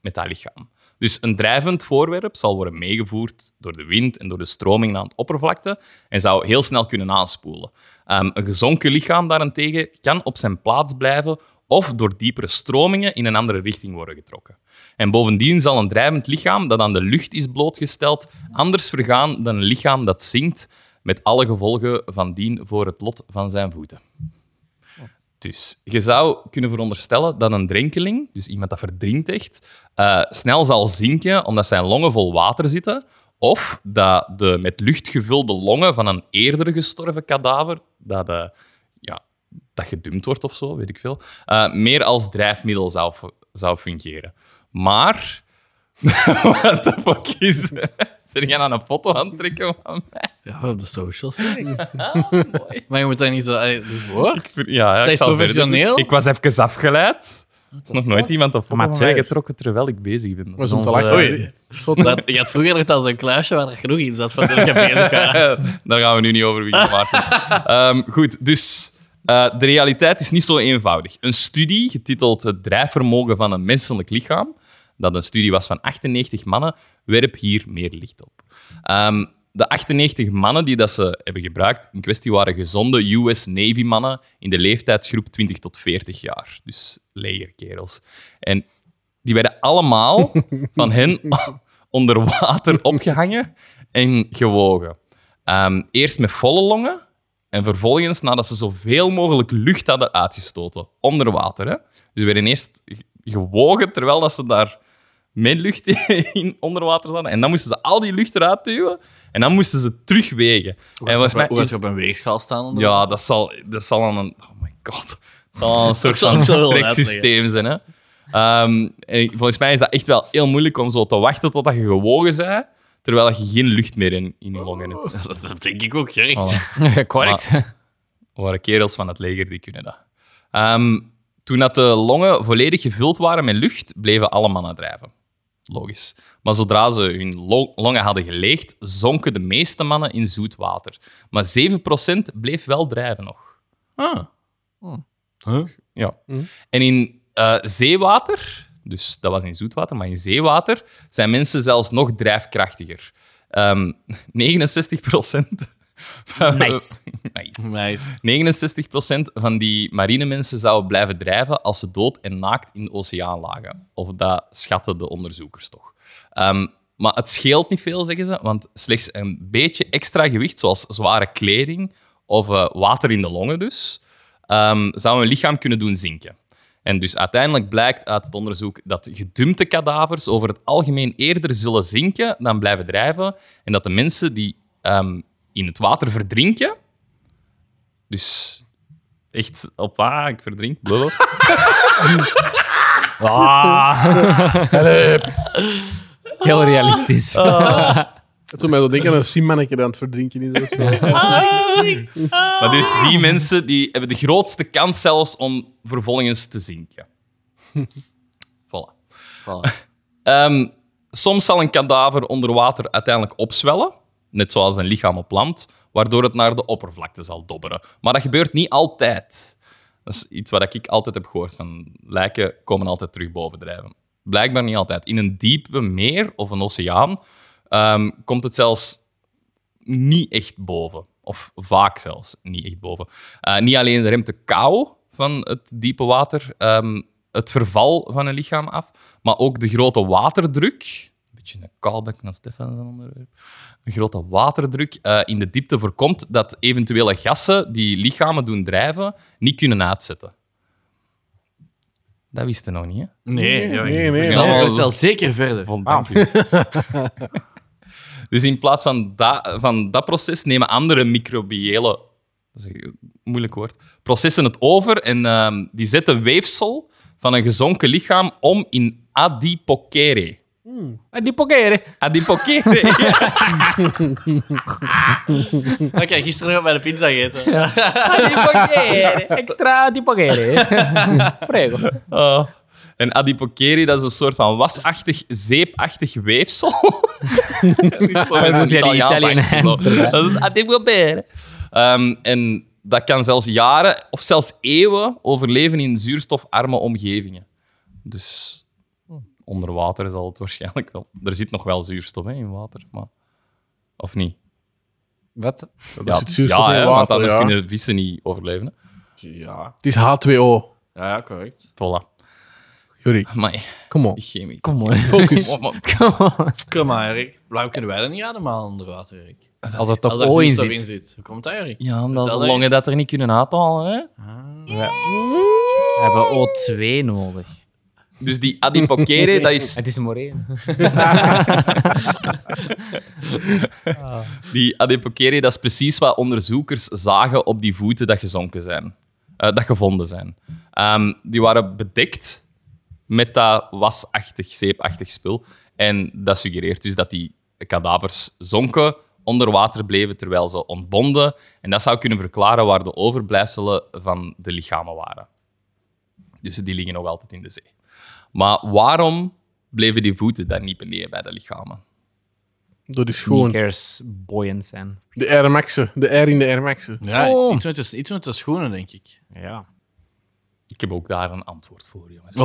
Speaker 2: met dat lichaam. Dus een drijvend voorwerp zal worden meegevoerd door de wind en door de stroming naar het oppervlakte en zou heel snel kunnen aanspoelen. Ehm, een gezonken lichaam daarentegen kan op zijn plaats blijven of door diepere stromingen in een andere richting worden getrokken. En bovendien zal een drijvend lichaam dat aan de lucht is blootgesteld anders vergaan dan een lichaam dat zinkt, met alle gevolgen van dien voor het lot van zijn voeten. Dus je zou kunnen veronderstellen dat een drenkeling, dus iemand dat verdrinkt echt, eh, snel zal zinken omdat zijn longen vol water zitten. Of dat de met lucht gevulde longen van een eerder gestorven kadaver, dat, eh, ja, dat gedumpt wordt of zo, weet ik veel, eh, meer als drijfmiddel zou, fu- zou fungeren. Maar, [LAUGHS] wat de fuck is Zijn jij aan een foto aan het trekken van mij?
Speaker 4: Ja, op de socials. maar je moet daar niet zo... allee, Doe voor.
Speaker 2: [LAUGHS] Ja, ja,
Speaker 4: Zij
Speaker 2: ik
Speaker 4: is
Speaker 2: zal verder.
Speaker 4: professioneel.
Speaker 2: Ik was even afgeleid. Er is nog nooit iemand op foto van
Speaker 1: Amateur.
Speaker 2: mij getrokken terwijl ik bezig ben.
Speaker 3: Maar zo'n te
Speaker 1: onze-
Speaker 3: lachen.
Speaker 4: Oei. Dat, je had vroeger nog als een kluisje waar er genoeg in zat van toen je [LAUGHS] bezig was.
Speaker 2: Eh, Daar gaan we nu niet over beginnen, Maarten. [LAUGHS] Ehm, goed, dus eh, de realiteit is niet zo eenvoudig. Een studie getiteld Het drijfvermogen van een menselijk lichaam, dat een studie was van 98 mannen, werp hier meer licht op. Ehm, de 98 mannen die dat ze hebben gebruikt in kwestie waren gezonde US Navy mannen in de leeftijdsgroep 20 tot 40 jaar. Dus legerkerels. En die werden allemaal van hen [LAUGHS] onder water opgehangen en gewogen. Ehm, eerst met volle longen en vervolgens nadat ze zoveel mogelijk lucht hadden uitgestoten. Onder water. Hè? Dus ze werden eerst ge- gewogen terwijl dat ze daar met lucht [LAUGHS] in onder water zaten. En dan moesten ze al die lucht eruit duwen en dan moesten ze terugwegen. En volgens mij
Speaker 4: Hoe had
Speaker 2: is-
Speaker 4: je op een weegschaal staan? onder-
Speaker 2: ja, dat zal, dat zal aan een... Oh my god. [LAUGHS] Dat zal aan een soort
Speaker 4: zal- ik
Speaker 2: van
Speaker 4: zal wel
Speaker 2: treksysteem zijn, hè. Ehm, en volgens mij is dat echt wel heel moeilijk om zo te wachten totdat je gewogen bent, terwijl je geen lucht meer in, in je longen hebt.
Speaker 4: Dat, dat denk ik ook, Jerk.
Speaker 1: [LAUGHS]
Speaker 2: Voilà.
Speaker 1: Correct.
Speaker 2: Waren kerels van het leger, die kunnen dat. Ehm, toen dat de longen volledig gevuld waren met lucht, bleven alle mannen drijven. Logisch. Maar zodra ze hun lo- longen hadden geleegd, zonken de meeste mannen in zoet water. Maar 7% bleef wel drijven nog.
Speaker 4: Ah.
Speaker 2: Ja. En in eh, zeewater, dus dat was in zoetwater, maar in zeewater zijn mensen zelfs nog drijfkrachtiger. Ehm [LAUGHS] 69 van-
Speaker 1: Nice.
Speaker 2: [LAUGHS] nice.
Speaker 4: Nice.
Speaker 2: 69 van die marinemensen zouden blijven drijven als ze dood en naakt in de oceaan lagen. Of dat schatten de onderzoekers toch. Ehm, maar het scheelt niet veel, zeggen ze, want slechts een beetje extra gewicht, zoals zware kleding of eh, water in de longen dus, ehm, zou een lichaam kunnen doen zinken. En dus uiteindelijk blijkt uit het onderzoek dat gedumpte kadavers over het algemeen eerder zullen zinken dan blijven drijven. En dat de mensen die ehm, in het water verdrinken, dus echt op ah, ik verdrink, blablabla.
Speaker 1: Heel realistisch.
Speaker 3: Dat doet mij zo denken aan een simmannetje dat aan het verdrinken is. Of zo.
Speaker 2: Maar dus die mensen die hebben de grootste kans zelfs om vervolgens te zinken. [LAUGHS] voilà. Ehm, soms zal een kadaver onder water uiteindelijk opzwellen, net zoals een lichaam op land, waardoor het naar de oppervlakte zal dobberen. Maar dat gebeurt niet altijd. Dat is iets wat ik altijd heb gehoord, van lijken komen altijd terug bovendrijven. Blijkbaar niet altijd. In een diepe meer of een oceaan ehm, komt het zelfs niet echt boven. Of vaak zelfs niet echt boven. Eh, niet alleen remt de kou van het diepe water ehm, het verval van een lichaam af, maar ook de grote waterdruk. Een beetje een callback naar Stefan zijn onderwerp. De grote waterdruk eh, in de diepte voorkomt dat eventuele gassen die lichamen doen drijven niet kunnen uitzetten. Dat wist je nog niet, hè?
Speaker 4: Nee, nee,
Speaker 3: Nee, nee.
Speaker 2: Ja, maar-
Speaker 4: vertel zeker verder.
Speaker 2: Dank u. [LAUGHS] dus in plaats van, da- van dat proces nemen andere microbiële, dat is een moeilijk woord, processen het over en ehm, die zetten weefsel van een gezonken lichaam om in adipokere.
Speaker 1: Die pokeren.
Speaker 2: Adipokere.
Speaker 4: Oké, gisteren nog bij de pizza gegeten. Ja.
Speaker 1: Extra die pokeren. Prego.
Speaker 2: Oh. En adipokere, dat is een soort van wasachtig, zeepachtig weefsel. [LAUGHS]
Speaker 1: jij die
Speaker 2: Italiaans
Speaker 1: Italian
Speaker 2: accent,
Speaker 1: hands
Speaker 2: zo. Dat is adipokere. Ehm, en dat kan zelfs jaren of zelfs eeuwen overleven in zuurstofarme omgevingen. Dus onder water zal het waarschijnlijk wel... Er zit nog wel zuurstof hè, in water, maar... Of niet?
Speaker 1: Wat?
Speaker 3: Er zit zuurstof in
Speaker 2: hè, want
Speaker 3: water,
Speaker 2: anders
Speaker 3: ja.
Speaker 2: kunnen vissen niet overleven. hè.
Speaker 4: Ja.
Speaker 3: Het is H2O.
Speaker 4: ja, correct.
Speaker 2: Voilà.
Speaker 3: Jorik,
Speaker 2: Amai,
Speaker 3: kom op.
Speaker 2: chemie.
Speaker 1: Kom hoor.
Speaker 4: [LAUGHS]
Speaker 3: Focus.
Speaker 4: Kom maar, Erik. Waarom kunnen wij dat niet ademhalen onder water, Erik?
Speaker 1: Als het op
Speaker 4: Als er
Speaker 1: O in
Speaker 4: zuurstof
Speaker 1: zit.
Speaker 4: in zit. Hoe komt dat, Erik?
Speaker 2: Ja, omdat
Speaker 4: Vertel
Speaker 2: ze longen dat er niet kunnen uithalen. Hè?
Speaker 1: We hebben O2 nodig.
Speaker 2: Dus die adipokere, dat is,
Speaker 1: Het is moreen.
Speaker 2: die adipokere, dat is precies wat onderzoekers zagen op die voeten dat gezonken zijn. Eh, dat gevonden zijn. Ehm, die waren bedekt met dat wasachtig, zeepachtig spul. En dat suggereert dus dat die kadavers zonken, onder water bleven terwijl ze ontbonden. En dat zou kunnen verklaren waar de overblijfselen van de lichamen waren. Dus die liggen nog altijd in de zee. Maar waarom bleven die voeten dan niet beneden bij de lichamen?
Speaker 3: Door die schoen.
Speaker 1: Sneakers boeiend zijn.
Speaker 3: De Air Max'en. De Air in de Air Max'en.
Speaker 4: Ja,
Speaker 1: Oh.
Speaker 4: iets, met de, iets met de schoenen, denk ik.
Speaker 1: Ja.
Speaker 2: Ik heb ook daar een antwoord voor, jongens.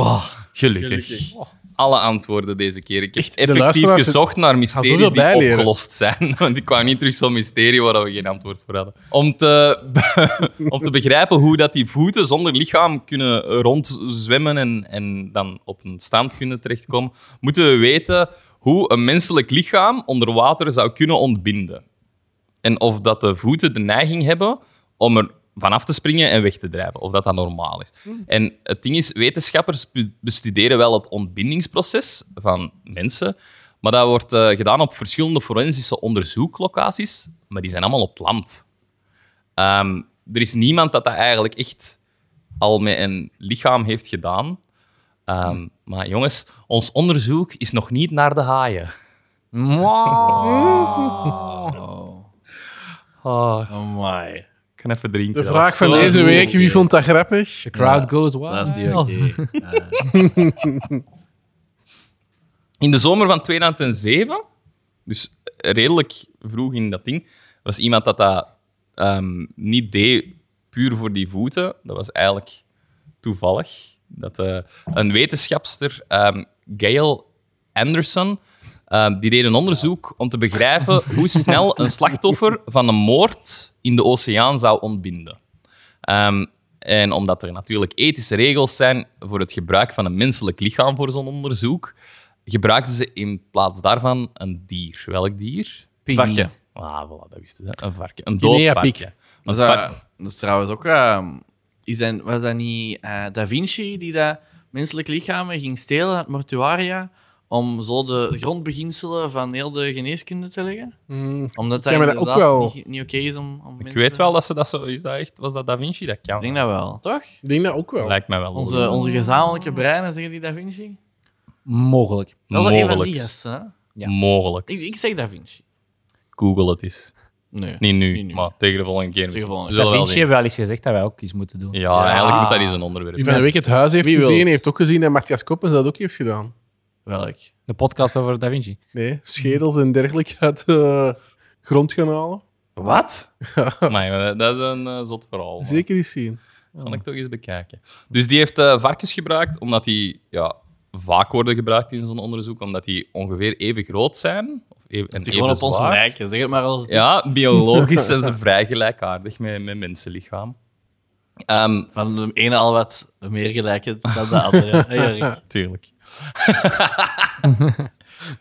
Speaker 2: gelukkig. Alle antwoorden deze keer. Ik heb effectief
Speaker 3: luisteraars-
Speaker 2: gezocht naar mysteries die
Speaker 3: zoveel bijleren.
Speaker 2: opgelost zijn. [LAUGHS] Want ik kwam niet terug zo'n mysterie waar we geen antwoord voor hadden. Om te, [LAUGHS] om te begrijpen hoe dat die voeten zonder lichaam kunnen rondzwemmen en, en dan op een stand kunnen terechtkomen, moeten we weten hoe een menselijk lichaam onder water zou kunnen ontbinden. En of dat de voeten de neiging hebben om er vanaf te springen en weg te drijven. Of dat dat normaal is. En het ding is, wetenschappers be- bestuderen wel het ontbindingsproces van mensen. Maar dat wordt eh, gedaan op verschillende forensische onderzoeklocaties. Maar die zijn allemaal op het land. Ehm, er is niemand dat dat eigenlijk echt al met een lichaam heeft gedaan. Ehm, Maar jongens, ons onderzoek is nog niet naar de haaien. [LAUGHS]
Speaker 4: Oh my.
Speaker 2: Ik kan even drinken.
Speaker 3: De
Speaker 2: dat
Speaker 3: vraag
Speaker 2: is
Speaker 3: van
Speaker 2: zo
Speaker 3: deze
Speaker 2: goed.
Speaker 3: week, wie vond dat grappig?
Speaker 1: Crowd goes wild.
Speaker 4: Dat is die oké.
Speaker 2: In de zomer van 2007, dus redelijk vroeg in dat ding, was iemand dat dat ehm, niet deed puur voor die voeten. Dat was eigenlijk toevallig. Dat eh, een wetenschapster, ehm Gail Anderson, ehm, die deed een onderzoek om te begrijpen hoe snel een slachtoffer van een moord in de oceaan zou ontbinden. Ehm, en omdat er natuurlijk ethische regels zijn voor het gebruik van een menselijk lichaam voor zo'n onderzoek, gebruikten ze in plaats daarvan een dier. Welk dier?
Speaker 1: Pygmies.
Speaker 2: Varken. Ah, voilà, dat wisten ze. Een varken. Een dood
Speaker 3: Guinea-pig.
Speaker 2: varken.
Speaker 4: Dat is, eh, dat is trouwens ook... eh, is dat, was dat niet eh, Da Vinci die dat menselijk lichamen ging stelen uit mortuaria om zo de grondbeginselen van heel de geneeskunde te leggen? Omdat dat,
Speaker 3: Ja, maar dat ook
Speaker 4: inderdaad
Speaker 3: wel.
Speaker 4: niet, niet oké is om, om
Speaker 2: Ik weet wel dat ze dat zo... Is dat echt... Was dat Da Vinci? Dat kan.
Speaker 4: Ik denk dat wel. Toch?
Speaker 3: Ik denk dat ook wel.
Speaker 2: Lijkt mij wel.
Speaker 4: Onze,
Speaker 2: logisch.
Speaker 4: onze gezamenlijke breinen, zeggen die Da Vinci?
Speaker 1: Mogelijk.
Speaker 4: Dat was een van die
Speaker 2: Mogelijks.
Speaker 4: gasten, hè?
Speaker 1: ja.
Speaker 2: Mogelijks.
Speaker 4: Ik, ik zeg Da Vinci.
Speaker 2: Google het eens.
Speaker 4: Nee.
Speaker 2: Niet nu,
Speaker 4: Niet nu.
Speaker 2: maar tegen de volgende keer.
Speaker 4: Tegen de volgende
Speaker 2: We
Speaker 1: Da
Speaker 2: zullen wel
Speaker 1: Vinci
Speaker 2: zien.
Speaker 1: heeft wel eens gezegd dat wij ook iets moeten doen.
Speaker 2: Ja, eigenlijk moet dat eens een onderwerp
Speaker 3: Die
Speaker 2: zijn.
Speaker 3: van de week het huis heeft
Speaker 4: Wie wil?
Speaker 3: gezien, heeft ook gezien dat Matthias Koppens dat ook heeft gedaan.
Speaker 4: Welk?
Speaker 1: De podcast over Da Vinci.
Speaker 3: Nee, schedels en dergelijke uit de grond gaan halen.
Speaker 2: Wat? Maar dat is een eh, zot verhaal. man.
Speaker 3: Zeker eens zien.
Speaker 2: Kan ik toch eens bekijken. Dus die heeft eh, varkens gebruikt, omdat die ja, vaak worden gebruikt in zo'n onderzoek, omdat die ongeveer even groot zijn. Of even, en
Speaker 4: Die gewoon
Speaker 2: even
Speaker 4: op ons
Speaker 2: zwaar.
Speaker 4: lijken. Zeg het maar als het is.
Speaker 2: Ja,
Speaker 4: [LAUGHS]
Speaker 2: biologisch zijn ze vrij gelijkaardig met, met mensenlichaam. Ehm,
Speaker 4: Van de ene al wat meer gelijkheid dan de andere. Hey, Erik.
Speaker 2: tuurlijk. [LAUGHS]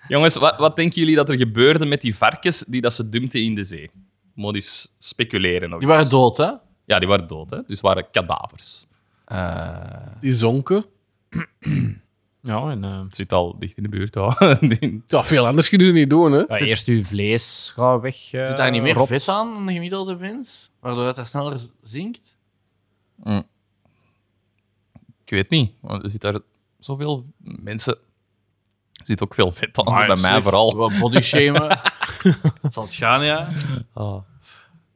Speaker 2: Jongens, wat, wat denken jullie dat er gebeurde met die varkens die dat ze dumpten in de zee? Moet eens speculeren. nog
Speaker 4: Die
Speaker 2: eens.
Speaker 4: waren dood, hè?
Speaker 2: Ja, die waren dood, hè? dus waren kadavers.
Speaker 3: Die zonken.
Speaker 1: Ja, en eh,
Speaker 2: Het zit al dicht in de buurt. hoor. [LAUGHS] Die-
Speaker 3: Ja, veel anders kunnen ze niet doen, hè.
Speaker 1: ja, eerst uw vlees gaat weg. eh,
Speaker 4: Zit daar niet meer
Speaker 1: rot.
Speaker 4: vet aan dan de gemiddelde mens? Waardoor dat, dat sneller zinkt?
Speaker 2: Ik weet niet. want Er zit daar zoveel mensen. Er zit ook veel vet aan. zo bij mij
Speaker 4: Zeg,
Speaker 2: vooral.
Speaker 4: Ah, Wat body shamen. [LAUGHS] Zal het gaan, ja?
Speaker 2: Ehm,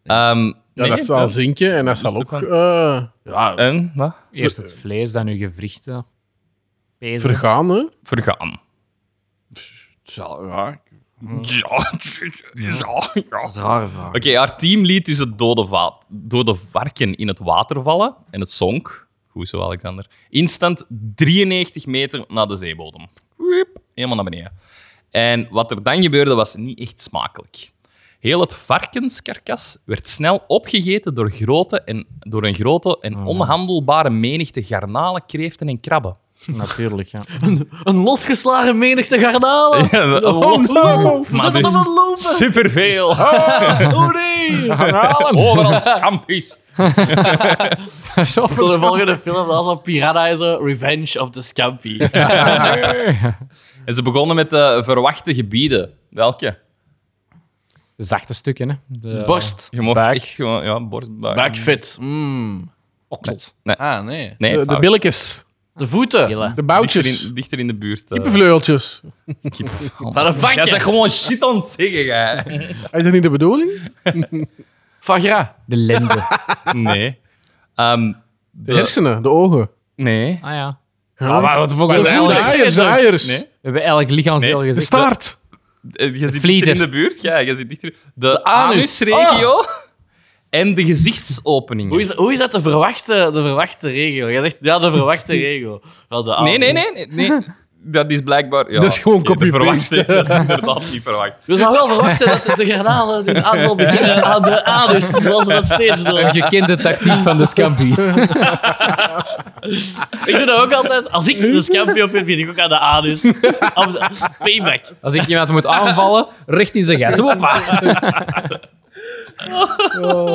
Speaker 3: Ja,
Speaker 2: nee,
Speaker 3: dat zal zinken en dat zal
Speaker 2: het ook
Speaker 3: ook eh,
Speaker 4: Ja,
Speaker 2: En wat?
Speaker 1: Eerst het vlees, dan uw gewrichten. Pezen.
Speaker 3: vergaan, hè.
Speaker 2: Vergaan.
Speaker 4: het zal- ja.
Speaker 2: Ja, ja, ja.
Speaker 4: Dat is een rare vraag.
Speaker 2: Oké, haar team liet dus het dode, va- dode varken in het water vallen. En het zonk. Goed zo, Alexander. Instant 93 meter naar de zeebodem. Wiep, Helemaal naar beneden. En wat er dan gebeurde, was niet echt smakelijk. Heel het varkenskarkas werd snel opgegeten door, grote en, door een grote en onhandelbare menigte garnalen, kreeften en krabben.
Speaker 1: Natuurlijk, ja.
Speaker 4: Een losgeslagen menigte
Speaker 2: [LAUGHS]
Speaker 4: garnalen.
Speaker 2: Oh, Maar
Speaker 4: Zet het
Speaker 2: dus
Speaker 4: op een
Speaker 2: [LAUGHS]
Speaker 4: lopen.
Speaker 2: superveel.
Speaker 4: Oh nee.
Speaker 2: Overal scampi's.
Speaker 1: Zo
Speaker 4: Tot de volgende film, dat is al Piranha is er, Revenge of the Scampy.
Speaker 2: En ze begonnen met de verwachte gebieden. Welke?
Speaker 1: De zachte stukken, hè. De
Speaker 4: Borst.
Speaker 2: Je mocht
Speaker 1: Buik.
Speaker 2: echt gewoon... Ja, borst, buik.
Speaker 4: Buikfit. Mm.
Speaker 1: oksels.
Speaker 4: Ah, nee.
Speaker 2: Nee,
Speaker 3: De, de
Speaker 2: fout.
Speaker 3: billetjes.
Speaker 4: De voeten.
Speaker 1: Billen.
Speaker 3: De
Speaker 2: Dichter
Speaker 3: boutjes.
Speaker 2: in, dichter in de buurt. eh.
Speaker 3: Kippenvleugeltjes.
Speaker 4: Van
Speaker 2: Jij
Speaker 4: een
Speaker 2: bent
Speaker 4: vakje.
Speaker 2: gewoon shit aan het zeggen, [LAUGHS] jij.
Speaker 3: Is dat niet de bedoeling?
Speaker 4: Vagra.
Speaker 1: De lenden.
Speaker 2: [LAUGHS] Nee. Ehm,
Speaker 3: De hersenen, de ogen.
Speaker 2: Nee.
Speaker 1: Ah ja.
Speaker 3: Ja,
Speaker 1: maar wat voor-
Speaker 3: Oh, de
Speaker 1: eigenlijk-
Speaker 3: aaiers, de aaiers.
Speaker 2: Nee.
Speaker 1: We hebben elk lichaamsdeel
Speaker 2: Nee,
Speaker 3: De
Speaker 1: gezegd.
Speaker 3: staart.
Speaker 2: Eh, Je zit dichter
Speaker 1: vlieter.
Speaker 2: in de buurt. Ja, je zit dichter... De,
Speaker 4: anus.
Speaker 2: anusregio en de gezichtsopening.
Speaker 4: Hoe is, hoe is dat de verwachte, de verwachte regio? Jij zegt, ja, de verwachte regio. Wel, de
Speaker 2: Nee, nee,
Speaker 4: anus.
Speaker 2: nee. nee, nee. Dat is blijkbaar... Ja,
Speaker 3: Dat is gewoon
Speaker 2: oké, de
Speaker 3: copy-paste.
Speaker 2: verwachte- Dat is inderdaad niet verwacht.
Speaker 4: We zouden wel verwachten dat de garnalen hun aanval beginnen aan de anus, zoals ze dat steeds doen.
Speaker 1: Een gekende tactiek van de scampies.
Speaker 4: Ik doe dat ook altijd. Als ik de scampie op heb, begin ik ook aan de anus. Of de- payback.
Speaker 1: Als ik iemand moet aanvallen, richt in zijn gat. [LAUGHS] Hoppa.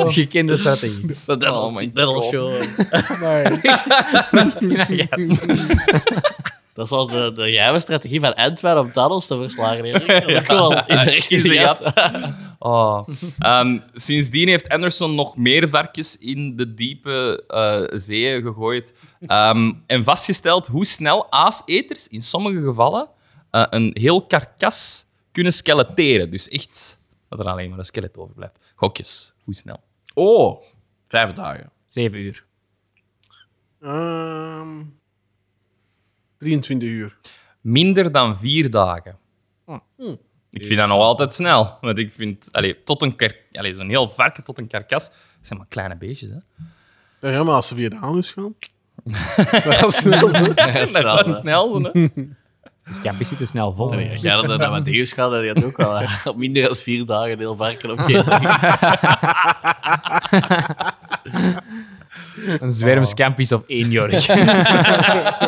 Speaker 1: Gekende strategie.
Speaker 4: Dat battle,
Speaker 2: Oh my
Speaker 4: battle
Speaker 2: God.
Speaker 4: show.
Speaker 1: Richt in een gat.
Speaker 4: Dat was de, de geheime strategie van Antwerpen om Thanos te verslagen. Erik. Ook wel. Is er echt
Speaker 2: Is
Speaker 4: iets
Speaker 2: er
Speaker 4: gehad? [LAUGHS]
Speaker 2: Oh. Ehm, sindsdien heeft Anderson nog meer varkens in de diepe eh, zeeën gegooid. Ehm, en vastgesteld hoe snel aaseters in sommige gevallen eh, een heel karkas kunnen skeleteren. Dus echt dat er alleen maar een skelet overblijft. Gokjes, hoe snel?
Speaker 4: Oh, vijf dagen.
Speaker 1: Zeven uur.
Speaker 3: Ehm, 23 uur.
Speaker 2: Minder dan vier dagen.
Speaker 4: Hm.
Speaker 2: Hm. Ik vind dat nog altijd snel. Want ik vind, allee, tot een kar- allee, zo'n heel varken tot een karkas, dat zijn maar kleine beestjes. Hè?
Speaker 3: Ja, ja, maar als ze via de anus gaan... dat gaat snel, zo.
Speaker 2: dat was [LAUGHS] snel. Hè?
Speaker 1: De scampies zitten snel vol.
Speaker 4: Jij dat naar Matthäus gaat, dat had ook wel eh, op minder dan vier dagen een heel varken opgegeven.
Speaker 1: Een zwerm scampies of éénjorig.
Speaker 3: Ja,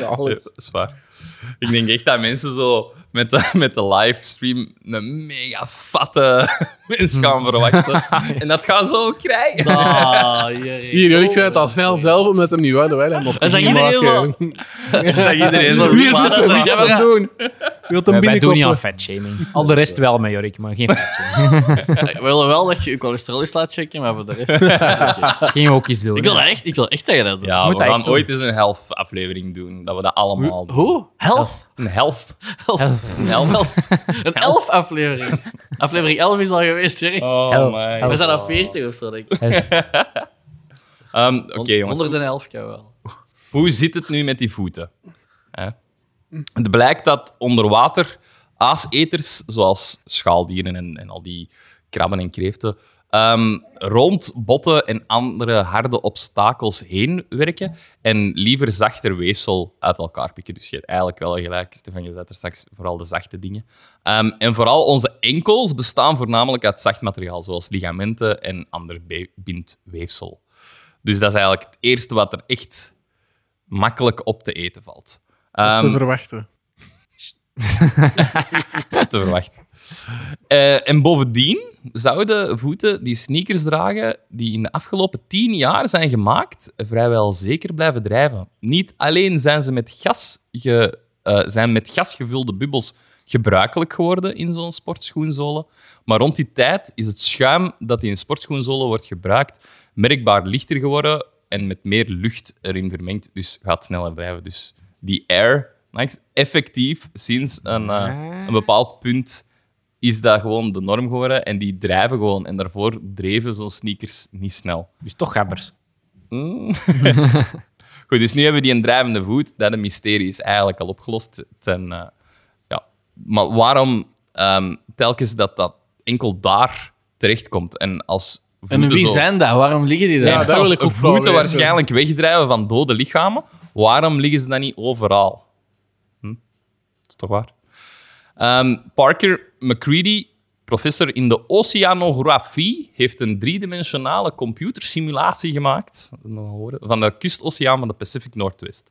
Speaker 3: alles.
Speaker 2: Ja, dat is waar. Ik denk echt dat mensen zo met de, met de livestream een mega fatte [LAUGHS] mens gaan verwachten. En dat gaan ze ook krijgen.
Speaker 3: Hier, Jorik zei het al snel zelf, omdat hem niet wilde. Wij hem op
Speaker 4: Dat is
Speaker 3: niet
Speaker 4: iedereen
Speaker 3: maken.
Speaker 2: Dat iedereen zo...
Speaker 3: Wie zit
Speaker 4: Maar dat
Speaker 3: er?
Speaker 4: is
Speaker 3: Wie
Speaker 4: niet
Speaker 3: gaat dat
Speaker 4: jammer.
Speaker 3: doen? Wie wil
Speaker 1: Wij, wij doen
Speaker 3: hem
Speaker 1: niet aan
Speaker 3: binnenkomen?
Speaker 1: fatshaming. Al de rest wel met Jorik, maar geen fatshaming.
Speaker 4: Ik wil wel dat je je cholesterol eens laat checken, maar voor de rest... Oké.
Speaker 1: Geen ook iets doen.
Speaker 4: [LAUGHS] Ik wil
Speaker 1: hè.
Speaker 4: dat echt, ik wil echt dat je dat doet.
Speaker 2: Ja,
Speaker 1: Moet
Speaker 2: we
Speaker 1: hij
Speaker 2: gaan
Speaker 1: echt doen.
Speaker 2: ooit eens een health-aflevering doen. Dat we dat allemaal doen.
Speaker 4: Hoe? Health?
Speaker 2: Een health.
Speaker 4: Health.
Speaker 2: Een health.
Speaker 4: [LAUGHS] Een elf aflevering. Aflevering 11 is al geweest, Erik.
Speaker 2: Oh
Speaker 1: Health.
Speaker 2: my.
Speaker 4: We
Speaker 1: Health.
Speaker 4: zijn al 40 of zo, denk ik.
Speaker 2: Ehm, Oké jongens,
Speaker 4: Onder de 11 kan wel.
Speaker 2: hoe zit het nu met die voeten? Hè? Het blijkt dat onder water aaseters, zoals schaaldieren en, en al die krabben en kreeften, ehm, rond botten en andere harde obstakels heen werken en liever zachter weefsel uit elkaar pikken. Dus je hebt eigenlijk wel gelijk, Stefan, je zet er straks vooral de zachte dingen. Ehm, en vooral onze enkels bestaan voornamelijk uit zacht materiaal, zoals ligamenten en ander be- bindweefsel. Dus dat is eigenlijk het eerste wat er echt makkelijk op te eten valt.
Speaker 3: Dat is te
Speaker 2: Ehm,
Speaker 3: verwachten.
Speaker 2: te verwachten. Eh, en bovendien zouden voeten die sneakers dragen, die in de afgelopen tien jaar zijn gemaakt, vrijwel zeker blijven drijven. Niet alleen zijn ze met gas, ge, eh, zijn met gas gevulde bubbels gebruikelijk geworden in zo'n sportschoenzolen, maar rond die tijd is het schuim dat in sportschoenzolen wordt gebruikt merkbaar lichter geworden en met meer lucht erin vermengd, dus gaat sneller drijven. Dus die air, langs- effectief sinds een, eh, een bepaald punt is dat gewoon de norm geworden en die drijven gewoon. En daarvoor dreven zo'n sneakers niet snel.
Speaker 1: Dus toch gabbers.
Speaker 2: Goed, dus nu hebben we die een drijvende voet. Dat een mysterie is eigenlijk al opgelost. Ten, eh, ja. Maar waarom ehm, telkens dat dat enkel daar terechtkomt? En als
Speaker 4: En
Speaker 2: voeten
Speaker 4: wie
Speaker 2: zo-
Speaker 4: zijn dat? Waarom liggen die daar?
Speaker 3: Ja, dat
Speaker 2: als
Speaker 3: wil ik ook vooral
Speaker 2: voeten
Speaker 3: weten.
Speaker 2: waarschijnlijk wegdrijven van dode lichamen, waarom liggen ze dan niet overal? Hm? Dat is toch waar? Ehm, Parker McCready, professor in de oceanografie, heeft een driedimensionale computersimulatie gemaakt dat moet je wel horen, van de kustoceaan van de Pacific Northwest.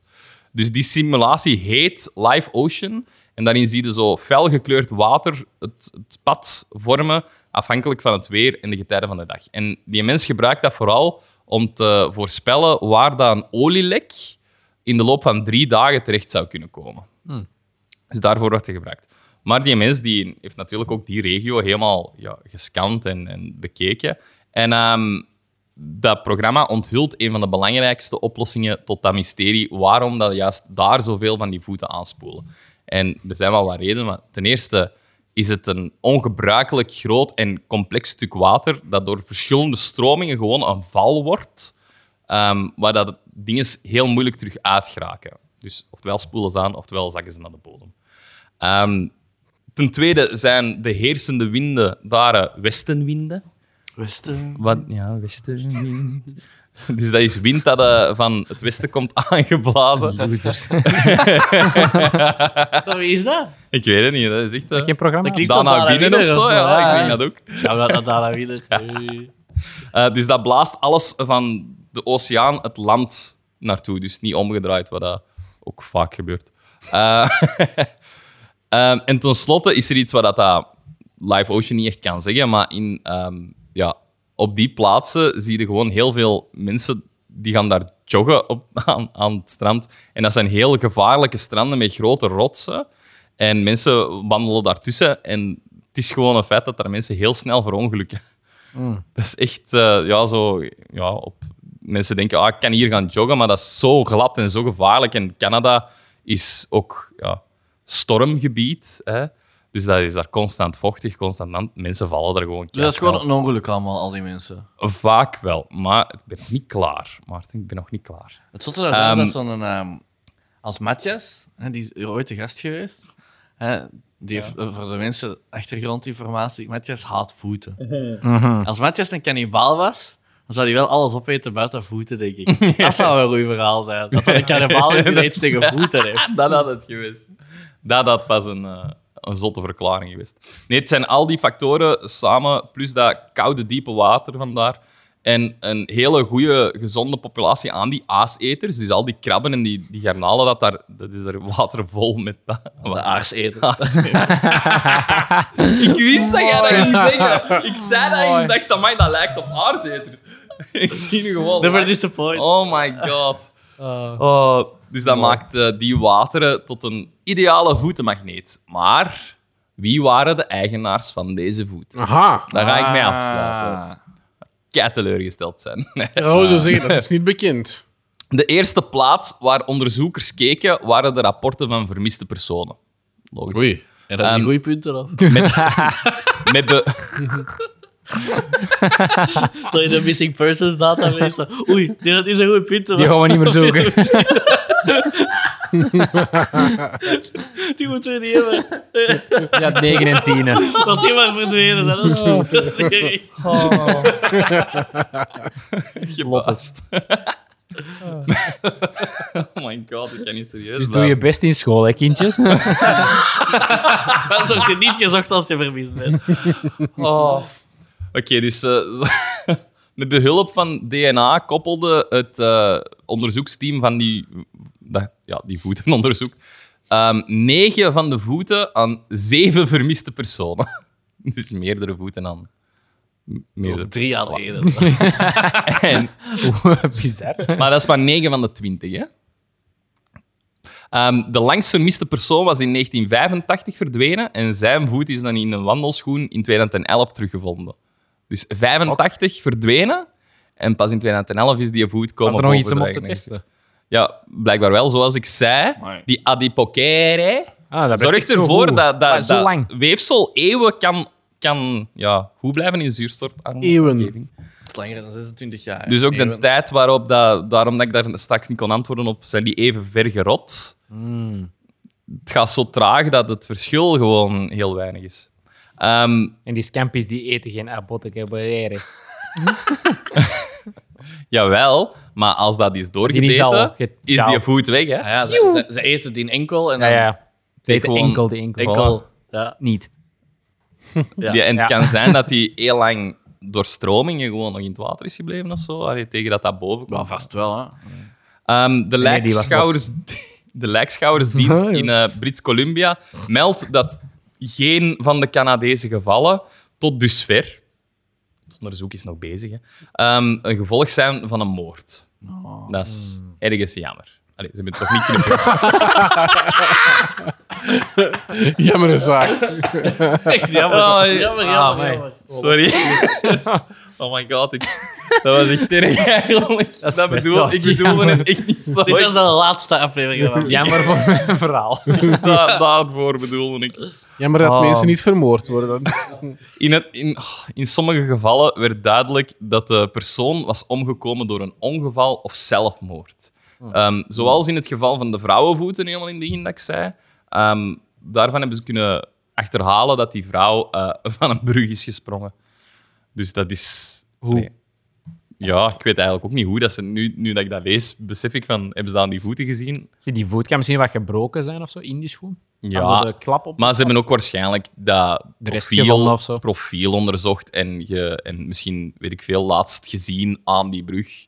Speaker 2: Dus die simulatie heet Live Ocean. En daarin zie je zo fel gekleurd water het, het pad vormen, afhankelijk van het weer en de getijden van de dag. En die mens gebruikt dat vooral om te voorspellen waar dat een olielek in de loop van drie dagen terecht zou kunnen komen. Dus daarvoor wordt hij gebruikt. Maar die mens die heeft natuurlijk ook die regio helemaal ja, gescand en, en bekeken. En ehm, dat programma onthult een van de belangrijkste oplossingen tot dat mysterie. Waarom dat juist daar zoveel van die voeten aanspoelen. En er zijn wel wat redenen. Maar ten eerste is het een ongebruikelijk groot en complex stuk water dat door verschillende stromingen gewoon een val wordt. ehm, waar dat dingen heel moeilijk terug uitgeraken. Dus oftewel spoelen ze aan, oftewel zakken ze naar de bodem. Ehm, ten tweede zijn de heersende winden daar eh, westenwinden.
Speaker 4: Westen.
Speaker 2: Wat? Ja, westenwind. [LAUGHS] Dus dat is wind dat eh, van het westen komt [LAUGHS] aangeblazen.
Speaker 1: Losers.
Speaker 4: Wie is dat?
Speaker 2: Ik weet het niet, dat is echt... eh,
Speaker 1: Geen programma?
Speaker 4: Dat klinkt-
Speaker 2: Dana
Speaker 4: zoals Dana
Speaker 2: Binnen of
Speaker 4: Wiener of
Speaker 2: zo,
Speaker 4: zo,
Speaker 2: ja,
Speaker 4: hè?
Speaker 2: ik denk dat ook.
Speaker 4: Ja, maar dat daar weer.
Speaker 2: Eh, dus dat blaast alles van de oceaan het land naartoe. Dus niet omgedraaid, wat dat ook vaak gebeurt. Eh, [LAUGHS] ehm, en tenslotte is er iets wat dat, dat Live Ocean niet echt kan zeggen, maar in, ehm, ja, op die plaatsen zie je gewoon heel veel mensen die gaan daar joggen op, [LAUGHS] aan, aan het strand. En dat zijn heel gevaarlijke stranden met grote rotsen. En mensen wandelen daartussen. En het is gewoon een feit dat daar mensen heel snel verongelukken. Dat is echt, eh, ja, zo... Ja, op, mensen denken, ah, ik kan hier gaan joggen, maar dat is zo glad en zo gevaarlijk. En Canada is ook ja, stormgebied, hè. Dus dat is daar constant vochtig, constant... aan- Mensen vallen er gewoon
Speaker 4: Dus dat is gewoon
Speaker 2: keihard
Speaker 4: een ongeluk allemaal, al die mensen.
Speaker 2: van. Vaak wel, maar ik ben nog niet klaar. Maarten, ik ben nog niet klaar.
Speaker 4: Het zotte daarvan is
Speaker 2: Ehm.
Speaker 4: dat zo'n... ehm, als Matthias, hè, die is hier ooit de gast geweest, hè, die heeft eh, voor de mensen achtergrondinformatie, Matthias haat
Speaker 5: [LAUGHS]
Speaker 4: voeten.
Speaker 5: Mhm.
Speaker 4: Als Matthias een kannibaal was, dan zou hij wel alles opeten buiten voeten, denk ik. Dat zou wel een goed verhaal zijn. Dat er een kannibaal is die iets tegen voeten
Speaker 2: [LAUGHS]
Speaker 4: heeft.
Speaker 2: Dat had het geweest. Dat had pas een, eh, een zotte verklaring geweest. Nee, het zijn al die factoren samen, plus dat koude, diepe water vandaar. En een hele goede, gezonde populatie aan die aaseters. Dus al die krabben en die, die garnalen, dat, daar, dat is er watervol met dat.
Speaker 5: De aarseters. [LAUGHS]
Speaker 2: Ik wist dat jij dat ging zeggen. Ik zei dat en ik dacht, amai, dat lijkt op aardzeters. [LAUGHS] Ik zie nu gewoon...
Speaker 5: Never disappoint.
Speaker 2: Oh my god. Oh, dus dat maakt eh, die wateren tot een ideale voetenmagneet. Maar wie waren de eigenaars van deze voet?
Speaker 3: Aha.
Speaker 2: Daar ga ik mee afsluiten. Kei teleurgesteld zijn. [LAUGHS]
Speaker 3: Dat wou ik Oh, zo zeggen, dat is niet bekend.
Speaker 2: De eerste plaats waar onderzoekers keken waren de rapporten van vermiste personen. Logisch.
Speaker 4: Oei. En dat
Speaker 2: Ehm,
Speaker 4: die goede punten af.
Speaker 2: Met be-
Speaker 5: Zo in de missing persons database. Oei, dat is een goed punt.
Speaker 1: Die gaan we niet meer zoeken.
Speaker 5: Die moeten we niet hebben.
Speaker 1: Ja, 9 en 10. hè.
Speaker 5: Dat die maar verdwenen zijn. Dat is [LAUGHS] dat is erg.
Speaker 2: [LAUGHS] Gelottest. oh my god, ik kan niet serieus
Speaker 1: Dus doe je best in school, hè, kindjes.
Speaker 6: [LAUGHS]
Speaker 5: Dan word je niet gezocht als je vermist bent.
Speaker 2: Oh. Oké, dus eh, [LAUGHS] zo- met behulp van DNA koppelde het eh, onderzoeksteam van die, dat- ja, die [LAUGHS] voetenonderzoek ehm, negen van de voeten aan zeven vermiste personen. [LAUGHS] Dus meerdere voeten aan. m- Meerdere.
Speaker 5: Drie jaar geleden.
Speaker 2: En-
Speaker 1: Bizar.
Speaker 2: maar dat is maar 9 van de 20, hè? Ehm, de langst vermiste persoon was in 1985 verdwenen en zijn voet is dan in een wandelschoen in 2011 teruggevonden. Dus 85 verdwenen en pas in 2011 is die voet komen
Speaker 1: Was er nog iets om op te
Speaker 2: overdragen.
Speaker 1: testen?
Speaker 2: Ja, blijkbaar wel. Zoals ik zei, die adipocere
Speaker 1: Ah, dat werkt
Speaker 2: zorgt
Speaker 1: echt zo
Speaker 2: ervoor
Speaker 1: goed.
Speaker 2: dat,
Speaker 1: Maar
Speaker 2: dat,
Speaker 1: zo
Speaker 2: dat
Speaker 1: lang.
Speaker 2: weefsel eeuwen kan, kan ja, goed blijven in zuurstofarme
Speaker 3: Eeuwen.
Speaker 2: omgeving.
Speaker 4: Langer dan 26 jaar.
Speaker 2: Dus ook de
Speaker 4: Eeuwen.
Speaker 2: tijd waarop dat, daarom dat ik daar straks niet kon antwoorden op, zijn die even ver gerot.
Speaker 1: Hmm.
Speaker 2: Het gaat zo traag dat het verschil gewoon heel weinig is. Ehm,
Speaker 1: En die scampies die eten geen abotecaboleren.
Speaker 2: jawel, maar als dat is doorgebeten,
Speaker 1: Die is
Speaker 2: is,
Speaker 1: al ge-
Speaker 2: die voet weg. Hè?
Speaker 4: Ah ja, ze, ze, ze eten die enkel en
Speaker 1: Ja,
Speaker 4: dan
Speaker 1: ja. Ze eten
Speaker 2: gewoon
Speaker 1: enkel de enkel.
Speaker 4: enkel.
Speaker 5: Ja.
Speaker 1: Niet.
Speaker 2: Die- en het
Speaker 1: Ja.
Speaker 2: kan zijn
Speaker 1: [LAUGHS]
Speaker 2: dat die heel lang door stromingen gewoon nog in het water is gebleven of zo. Allee, tegen dat dat boven komt.
Speaker 4: Wel, vast wel, hè.
Speaker 2: Ehm, de,
Speaker 1: Nee, die was
Speaker 2: lijkschouwers, [LAUGHS] de
Speaker 1: [LAUGHS]
Speaker 2: lijkschouwersdienst in eh, Brits-Columbia meldt dat geen van de Canadese gevallen tot dusver, het onderzoek is nog bezig, hè, ehm, een gevolg zijn van een moord.
Speaker 4: Oh.
Speaker 2: Dat is ergens jammer. Allee, ze hebben het
Speaker 1: [LAUGHS]
Speaker 2: toch niet kunnen
Speaker 3: Jammer zaak.
Speaker 5: Echt jammer.
Speaker 2: Oh, ja.
Speaker 5: jammer,
Speaker 1: Ah,
Speaker 5: jammer,
Speaker 1: nee.
Speaker 5: jammer.
Speaker 2: Sorry. [LAUGHS] oh my god, ik, dat was echt erg eigenlijk. Dat bedoel,
Speaker 1: wel
Speaker 2: ik bedoelde
Speaker 1: jammer.
Speaker 2: het echt niet zo.
Speaker 5: Dit was de laatste aflevering. van-
Speaker 1: Jammer voor mijn verhaal.
Speaker 2: Da- daarvoor bedoelde ik.
Speaker 3: Jammer dat
Speaker 1: Oh.
Speaker 3: mensen niet vermoord worden.
Speaker 2: In, het, in, oh, in sommige gevallen werd duidelijk dat de persoon was omgekomen door een ongeval of zelfmoord. Ehm, zoals in het geval van de vrouwenvoeten, helemaal in het begin dat ik zei. Ehm, daarvan hebben ze kunnen achterhalen dat die vrouw eh, [LAUGHS] van een brug is gesprongen. Dus dat is... Hoe? Ja, ik weet eigenlijk ook niet hoe. Dat ze, nu, nu dat ik dat lees, besef ik van... Hebben ze dat aan die voeten gezien?
Speaker 1: Zie, Die voet kan misschien wat gebroken zijn of zo in die schoen.
Speaker 2: Ja.
Speaker 1: Zo de klap op.
Speaker 2: Maar ze hebben ook waarschijnlijk dat
Speaker 1: De rest
Speaker 2: profiel,
Speaker 1: gevonden of zo.
Speaker 2: profiel onderzocht en, ge, en misschien, weet ik veel, laatst gezien aan die brug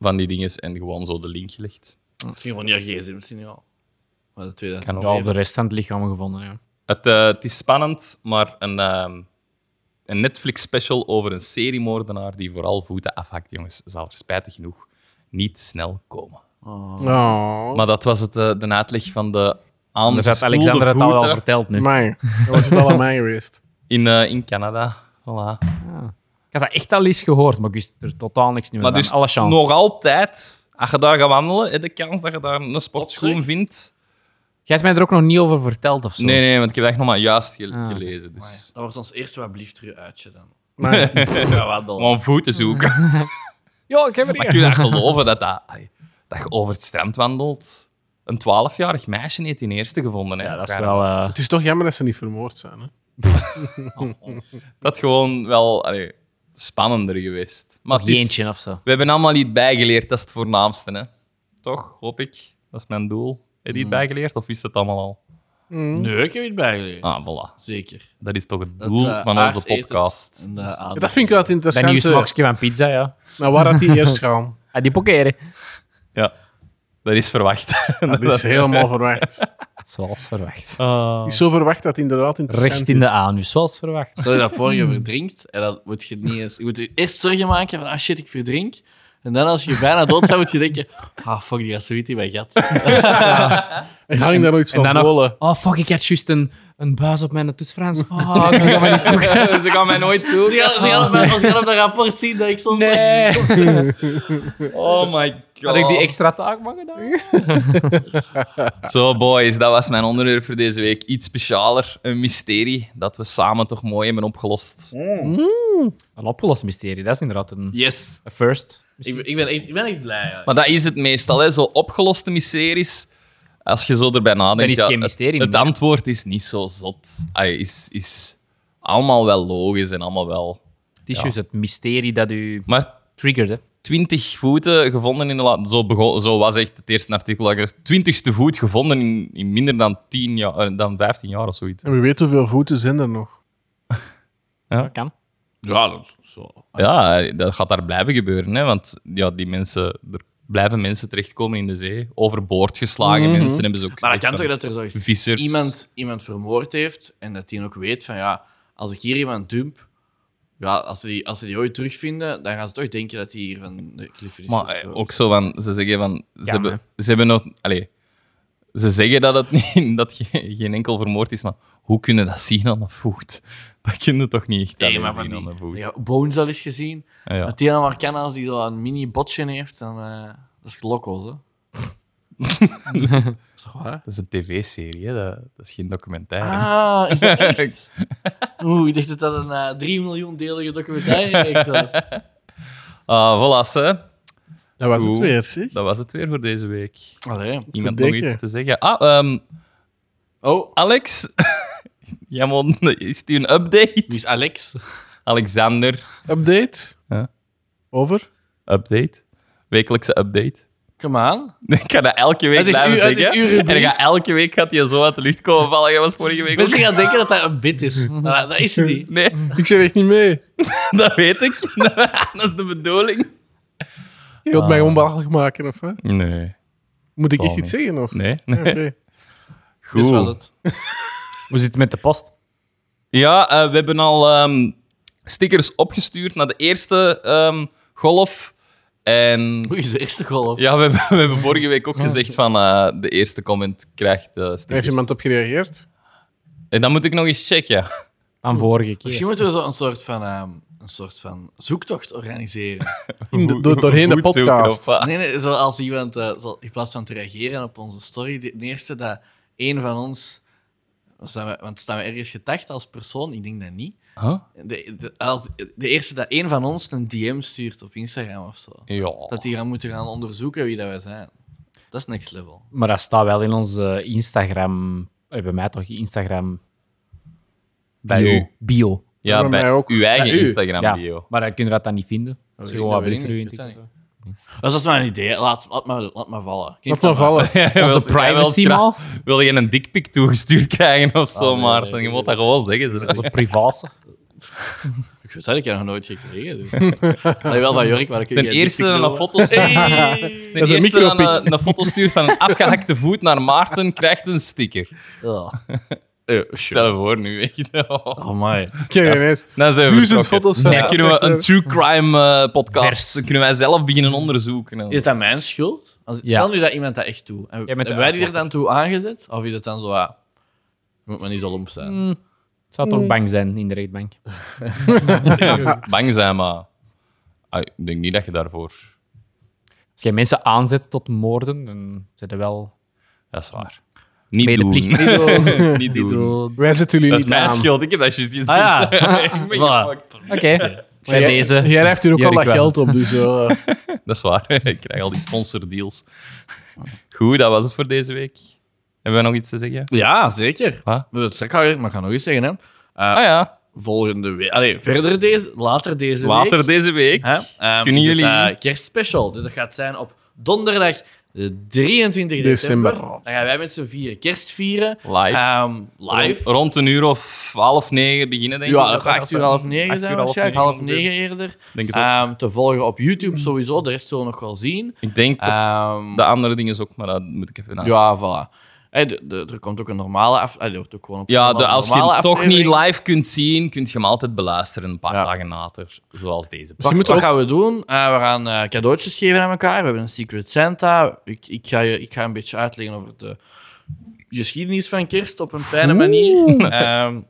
Speaker 2: van die dinges en gewoon zo de link gelegd.
Speaker 4: Misschien van je gsm-signaal. Maar de
Speaker 1: Ja,
Speaker 4: 2000
Speaker 1: al de rest van het lichaam gevonden. Ja.
Speaker 2: Het, eh, het is spannend, maar een, ehm, een Netflix-special over een seriemoordenaar die vooral voeten afhakt, jongens, zal er spijtig genoeg niet snel komen.
Speaker 3: Oh.
Speaker 2: Maar dat was het, eh, de uitleg van de
Speaker 1: Anders had Alexander
Speaker 2: aangespoelde
Speaker 1: het al wel
Speaker 2: voeten
Speaker 1: verteld nu.
Speaker 3: Maar, dat was het al aan mij geweest.
Speaker 2: in, eh, in Canada. Voilà.
Speaker 1: Ik had dat echt al eens gehoord, maar ik wist er totaal niks meer
Speaker 2: Maar
Speaker 1: van.
Speaker 2: dus
Speaker 1: Alle chance.
Speaker 2: nog altijd, als je daar gaat wandelen, heb je de kans dat je daar een sportschoen vindt.
Speaker 1: Jij hebt mij er ook nog niet over verteld of zo. Ah.
Speaker 2: Nee, nee, want ik heb dat echt nog maar juist ge- gelezen. Dus.
Speaker 4: Dat wordt ons eerste wat blieft uitje dan.
Speaker 3: Maar,
Speaker 2: Om aan voeten zoeken.
Speaker 1: Ja, ik heb er
Speaker 2: [LAUGHS] Maar kun je dat geloven dat, dat, ai, dat je over het strand wandelt? Een 12-jarig meisje heeft die eerste gevonden. Hè?
Speaker 1: Ja, dat is wel... eh,
Speaker 3: het is toch jammer dat ze niet vermoord zijn. Hè?
Speaker 2: Dat is gewoon wel allee, spannender geweest. Maar het is-
Speaker 1: Jeentje of zo.
Speaker 2: we hebben allemaal iets bijgeleerd, dat is het
Speaker 6: Mm.
Speaker 2: voornaamste. Hè? Toch, hoop ik. Dat is mijn doel. Heb je iets bijgeleerd of wist dat allemaal al?
Speaker 6: Nee, ik heb het bij jullie.
Speaker 2: Ah, voilà.
Speaker 6: Zeker.
Speaker 2: Dat is toch het
Speaker 6: Dat,
Speaker 2: doel
Speaker 6: eh,
Speaker 2: van
Speaker 6: aardseters
Speaker 2: onze podcast.
Speaker 6: en de aardappelen.
Speaker 3: Dat vind ik wel het
Speaker 1: Dat nieuwe
Speaker 3: interessante.
Speaker 1: smakje van pizza, ja.
Speaker 3: Naar waar dat die eerst gaan.
Speaker 1: Ah, die pokeren.
Speaker 2: Ja, dat is verwacht. [LAUGHS]
Speaker 3: Dat
Speaker 1: [LAUGHS]
Speaker 3: is helemaal verwacht. Het
Speaker 1: Zoals verwacht. dus-
Speaker 3: is zo verwacht dat het inderdaad interessant
Speaker 1: Recht in de
Speaker 3: is.
Speaker 1: anus, zoals verwacht.
Speaker 6: Stel je dat voor je verdrinkt en dan moet je niet eens. Je moet je eerst zorgen maken van ah shit, ik verdrink. En dan als je bijna dood bent, moet je denken: ah fuck, die gaat zoiets in mijn gat. [LAUGHS]
Speaker 3: En hang daar nooit
Speaker 1: En
Speaker 3: van
Speaker 1: dan nog,
Speaker 3: volen.
Speaker 1: oh fuck, ik had juist een, een buis op mijn toets Frans. Fuck, ik kan me [LAUGHS] niet zoeken.
Speaker 2: Ze gaan mij nooit
Speaker 6: Ze
Speaker 2: zoeken.
Speaker 6: gaan, ze gaan op mijn- ze gaan op dat rapport zien dat ik soms.
Speaker 1: [LAUGHS]
Speaker 2: Oh my god.
Speaker 1: Had ik die extra taak mag [LAUGHS] gedaan?
Speaker 2: Zo, boys, dat was mijn onderwerp voor deze week. Iets specialer, een mysterie dat we samen toch mooi hebben opgelost.
Speaker 1: Een opgelost mysterie, dat is inderdaad een
Speaker 6: [LAUGHS] Yes.
Speaker 1: een first.
Speaker 6: Ik, ben- ik, ben, echt, ik ben echt blij. ja.
Speaker 2: Maar dat is het meestal, hè? zo opgeloste mysteries. Als je zo erbij nadenkt,
Speaker 1: Dan is het geen
Speaker 2: het-
Speaker 1: mysterie
Speaker 2: Het,
Speaker 1: meer.
Speaker 2: antwoord is niet zo zot. Ay, is, is allemaal wel logisch en allemaal wel.
Speaker 1: Het is juist het mysterie dat u
Speaker 2: Maar
Speaker 1: triggerde.
Speaker 2: 20 voeten gevonden in de la- zo, begon- zo was echt het eerste artikel. dat ik er- 20ste voet gevonden in, in minder dan, 10 jaar, eh, dan 15 jaar of zoiets.
Speaker 3: En wie weet hoeveel voeten zijn er nog.
Speaker 1: Dat kan.
Speaker 6: Ja, dat is zo.
Speaker 2: Ja, dat gaat daar blijven gebeuren. Hè? Want ja, die mensen, er blijven mensen terechtkomen in de zee. Overboord geslagen mensen hebben ze ook.
Speaker 6: Mhm. Maar dat
Speaker 2: gezegd
Speaker 6: kan
Speaker 2: van-
Speaker 6: toch dat er zo is
Speaker 2: vissers.
Speaker 6: Iemand, iemand vermoord heeft en dat die ook weet van ja, als ik hier iemand dump, ja, als ze die, als ze die ooit terugvinden, dan gaan ze toch denken dat die hier van de cliff is.
Speaker 2: Maar eh, ook zo van, ze zeggen van, ze,
Speaker 1: Ja,
Speaker 2: hebben, ze hebben nog, allee, ze zeggen dat het [LAUGHS] niet, dat ge- geen enkel vermoord is, maar hoe kunnen dat zien aan een voet? Dat kunnen toch niet echt alleen
Speaker 6: maar van
Speaker 2: zien aan
Speaker 6: die,
Speaker 2: een voet?
Speaker 6: ja, Bones al eens gezien.
Speaker 2: Ah, ja.
Speaker 6: Dat die maar kan als die zo'n mini botje heeft, dan eh, dat is lokko's, hè. is toch waar?
Speaker 2: Dat is een tv-serie, hè? Dat, dat is geen documentaire.
Speaker 6: Ah, is dat echt? Oeh, ik dacht dat dat een eh 3 miljoen delige documentaire reeks was.
Speaker 2: Ah, voilà, hè.
Speaker 3: Dat was het
Speaker 2: Oeh.
Speaker 3: weer, zie.
Speaker 2: dat was het weer voor deze week.
Speaker 6: Allee.
Speaker 2: Iemand nog
Speaker 3: Verdikke.
Speaker 2: iets te zeggen? Ah, ehm,
Speaker 6: Oh,
Speaker 2: Alex, [LAUGHS] Jamon, is het een update?
Speaker 6: wie is Alex?
Speaker 2: Alexander,
Speaker 3: Update?
Speaker 2: Ja.
Speaker 3: Over?
Speaker 2: update. Wekelijkse update. [LAUGHS]
Speaker 6: Come on.
Speaker 2: Ik ga dat elke week
Speaker 6: Het is
Speaker 2: blijven
Speaker 6: uw- het is
Speaker 2: zeggen.
Speaker 6: uw
Speaker 2: en
Speaker 6: rubriek.
Speaker 2: dan gaat elke week gaat hij zo uit de lucht komen vallen. Dat was vorige week ook.
Speaker 6: Mensen gaan Dus denken dat dat een bit is. Maar dat is het niet.
Speaker 2: Nee, [LAUGHS]
Speaker 3: Ik zit echt niet mee.
Speaker 2: dat weet ik. [LAUGHS] dat is de bedoeling.
Speaker 3: Je wilt mij onbehagelijk maken, of hè?
Speaker 2: Nee.
Speaker 3: Moet ik echt
Speaker 2: niet.
Speaker 3: iets zeggen, of?
Speaker 2: Nee. nee.
Speaker 3: Oké.
Speaker 2: Goed.
Speaker 6: Dus was het.
Speaker 1: Hoe zit het met de post?
Speaker 2: Ja, eh, we hebben al ehm, stickers opgestuurd naar de eerste ehm, golf. En
Speaker 6: Oei, de eerste golf.
Speaker 2: ja, we hebben, [LAUGHS] we hebben vorige week ook gezegd van eh, de eerste comment krijgt eh,
Speaker 3: Ah. Heeft
Speaker 2: stickers.
Speaker 3: iemand op gereageerd?
Speaker 2: En dan moet ik nog eens checken, ja.
Speaker 1: Aan vorige keer.
Speaker 6: Misschien moeten we zo een soort van, ehm, een soort van zoektocht
Speaker 2: [LAUGHS]
Speaker 6: organiseren.
Speaker 3: [LAUGHS] In de, door- doorheen de
Speaker 2: Goed zoeken,
Speaker 3: podcast.
Speaker 2: of wat?
Speaker 6: Nee, nee, zoals iemand, eh, zo, in plaats van te reageren op onze story, de, de eerste dat één van ons... we Staan we, want staan we ergens getagd als persoon? Ik denk dat niet.
Speaker 2: Huh?
Speaker 6: De, de- als, de eerste dat één van ons een DM stuurt op Instagram of zo.
Speaker 2: Ja.
Speaker 6: Dat die gaan moeten gaan onderzoeken wie dat wij zijn. Dat is next level.
Speaker 1: Maar dat staat wel in onze Instagram... eh, Bij mij toch, Instagram...
Speaker 2: Bij
Speaker 1: bio.
Speaker 2: u.
Speaker 1: Bio.
Speaker 2: Ja,
Speaker 3: Bij
Speaker 2: bij,
Speaker 3: mij ook.
Speaker 2: uw eigen
Speaker 3: Bij u.
Speaker 2: Instagram
Speaker 1: Ja,
Speaker 2: bio.
Speaker 1: maar dan kun je dat dan niet vinden.
Speaker 6: Dat
Speaker 1: Dat is
Speaker 6: weet
Speaker 1: gewoon
Speaker 6: ik
Speaker 1: wat
Speaker 6: niet,
Speaker 1: berichten
Speaker 6: weet ik
Speaker 1: doen.
Speaker 6: niet, weet dat Dat is maar een idee. Laat, laat, maar, laat maar vallen.
Speaker 3: Laat maar
Speaker 2: [LAUGHS]
Speaker 3: vallen.
Speaker 1: Dat is een privacy, man.
Speaker 2: Wil je een dikpik toegestuurd krijgen of zo,
Speaker 6: Ah, nee,
Speaker 2: Maarten?
Speaker 6: nee,
Speaker 2: je
Speaker 6: nee.
Speaker 2: moet dat gewoon zeggen. ze.
Speaker 1: Dat is een privatie.
Speaker 6: Ik weet dat ik heb nog nooit gekregen. Dus.
Speaker 1: [LAUGHS]
Speaker 6: Allee, wel van Jurk, maar ik
Speaker 2: Ten eerste een
Speaker 6: [LAUGHS]
Speaker 2: foto stuurt, ten
Speaker 3: is een
Speaker 2: eerste dan
Speaker 3: micropic.
Speaker 2: een, een foto stuurt van een afgehakte voet naar Maarten, krijgt een sticker. Eh, Stel je voor nu, weet je wel.
Speaker 6: Oh my.
Speaker 3: Ik heb ineens
Speaker 2: Dan zijn we
Speaker 3: duizend
Speaker 2: vertrokken.
Speaker 3: foto's van
Speaker 2: Dan kunnen we een true crime eh, podcast,
Speaker 1: Vers.
Speaker 2: dan kunnen wij zelf beginnen onderzoeken.
Speaker 6: Is dat mijn schuld? Als,
Speaker 1: Ja.
Speaker 6: Stel nu dat iemand dat echt doet.
Speaker 1: Jij
Speaker 6: En,
Speaker 1: bent de
Speaker 6: hebben wij die er dan toe aangezet? Of is dat dan zo... Ah, je moet maar niet zo lomp zijn.
Speaker 1: Hmm. Zou toch bang zijn in de rechtbank?
Speaker 2: Bang zijn, maar ah, ik denk niet dat je daarvoor...
Speaker 1: Als jij mensen aanzet tot moorden, dan zijn er wel
Speaker 2: Dat is waar. [LAUGHS] Niet doen.
Speaker 1: medeplichtig.
Speaker 2: niet doen.
Speaker 3: Wij zetten jullie
Speaker 2: Dat is
Speaker 3: niet
Speaker 2: mijn
Speaker 3: aan.
Speaker 2: schuld. Ik heb dat juist gezegd.
Speaker 1: [LAUGHS]
Speaker 6: Ah,
Speaker 2: Ik ben
Speaker 6: Voilà.
Speaker 2: gefucked.
Speaker 1: Oké, bij
Speaker 3: Jij-
Speaker 1: deze.
Speaker 3: Jij heeft hier ook
Speaker 1: Jurk
Speaker 3: al dat
Speaker 1: was
Speaker 3: geld op, dus... eh,
Speaker 2: [LAUGHS] Dat is waar. [LAUGHS] Ik krijg al die sponsordeals. Goed, dat was het voor deze week. Hebben we nog iets te zeggen?
Speaker 6: Ja, zeker.
Speaker 2: Wat?
Speaker 6: Dat zeg ik al, maar ik ga nog eens zeggen. Hè. Eh,
Speaker 2: Ah ja,
Speaker 6: Volgende week... Allee, verder deze... Later deze week...
Speaker 2: later deze week.
Speaker 6: Hè? Ehm,
Speaker 2: Kunnen
Speaker 6: is het,
Speaker 2: jullie-
Speaker 6: eh, kerstspecial. Dus dat gaat zijn op donderdag de 23 december.
Speaker 3: December.
Speaker 6: Dan gaan wij met z'n vieren kerst vieren.
Speaker 2: Live. Oh,
Speaker 6: Ehm, live.
Speaker 2: Rond, rond een uur of half negen beginnen, denk ik.
Speaker 6: Ja, dat gaat acht uur half negen
Speaker 2: Acht
Speaker 6: zijn
Speaker 2: uur, half
Speaker 6: waarschijnlijk.
Speaker 2: negen
Speaker 6: Half
Speaker 2: ongeveer.
Speaker 6: negen eerder.
Speaker 2: Denk het ook.
Speaker 6: Ehm, te volgen op YouTube sowieso. De rest zullen we nog wel zien.
Speaker 2: Ik denk dat
Speaker 6: Ehm,
Speaker 2: de andere dingen ook, maar dat moet ik even naast.
Speaker 6: Ja, voilà. Hey, de, de- er komt ook een normale af. Allee, er wordt ook gewoon op
Speaker 2: Ja,
Speaker 6: een
Speaker 2: de, als je
Speaker 6: normale
Speaker 2: hem toch niet
Speaker 6: aflevering.
Speaker 2: live kunt zien, kun je hem altijd beluisteren een paar
Speaker 6: Ja.
Speaker 2: dagen later. Zoals deze.
Speaker 6: Wat,
Speaker 3: moeten
Speaker 6: wat
Speaker 3: we ook-
Speaker 6: gaan we doen? Eh, we gaan eh, cadeautjes geven aan elkaar. We hebben een Secret Santa. Ik, ik, ga, je, ik ga een beetje uitleggen over de geschiedenis van kerst op een fijne manier. Ehm,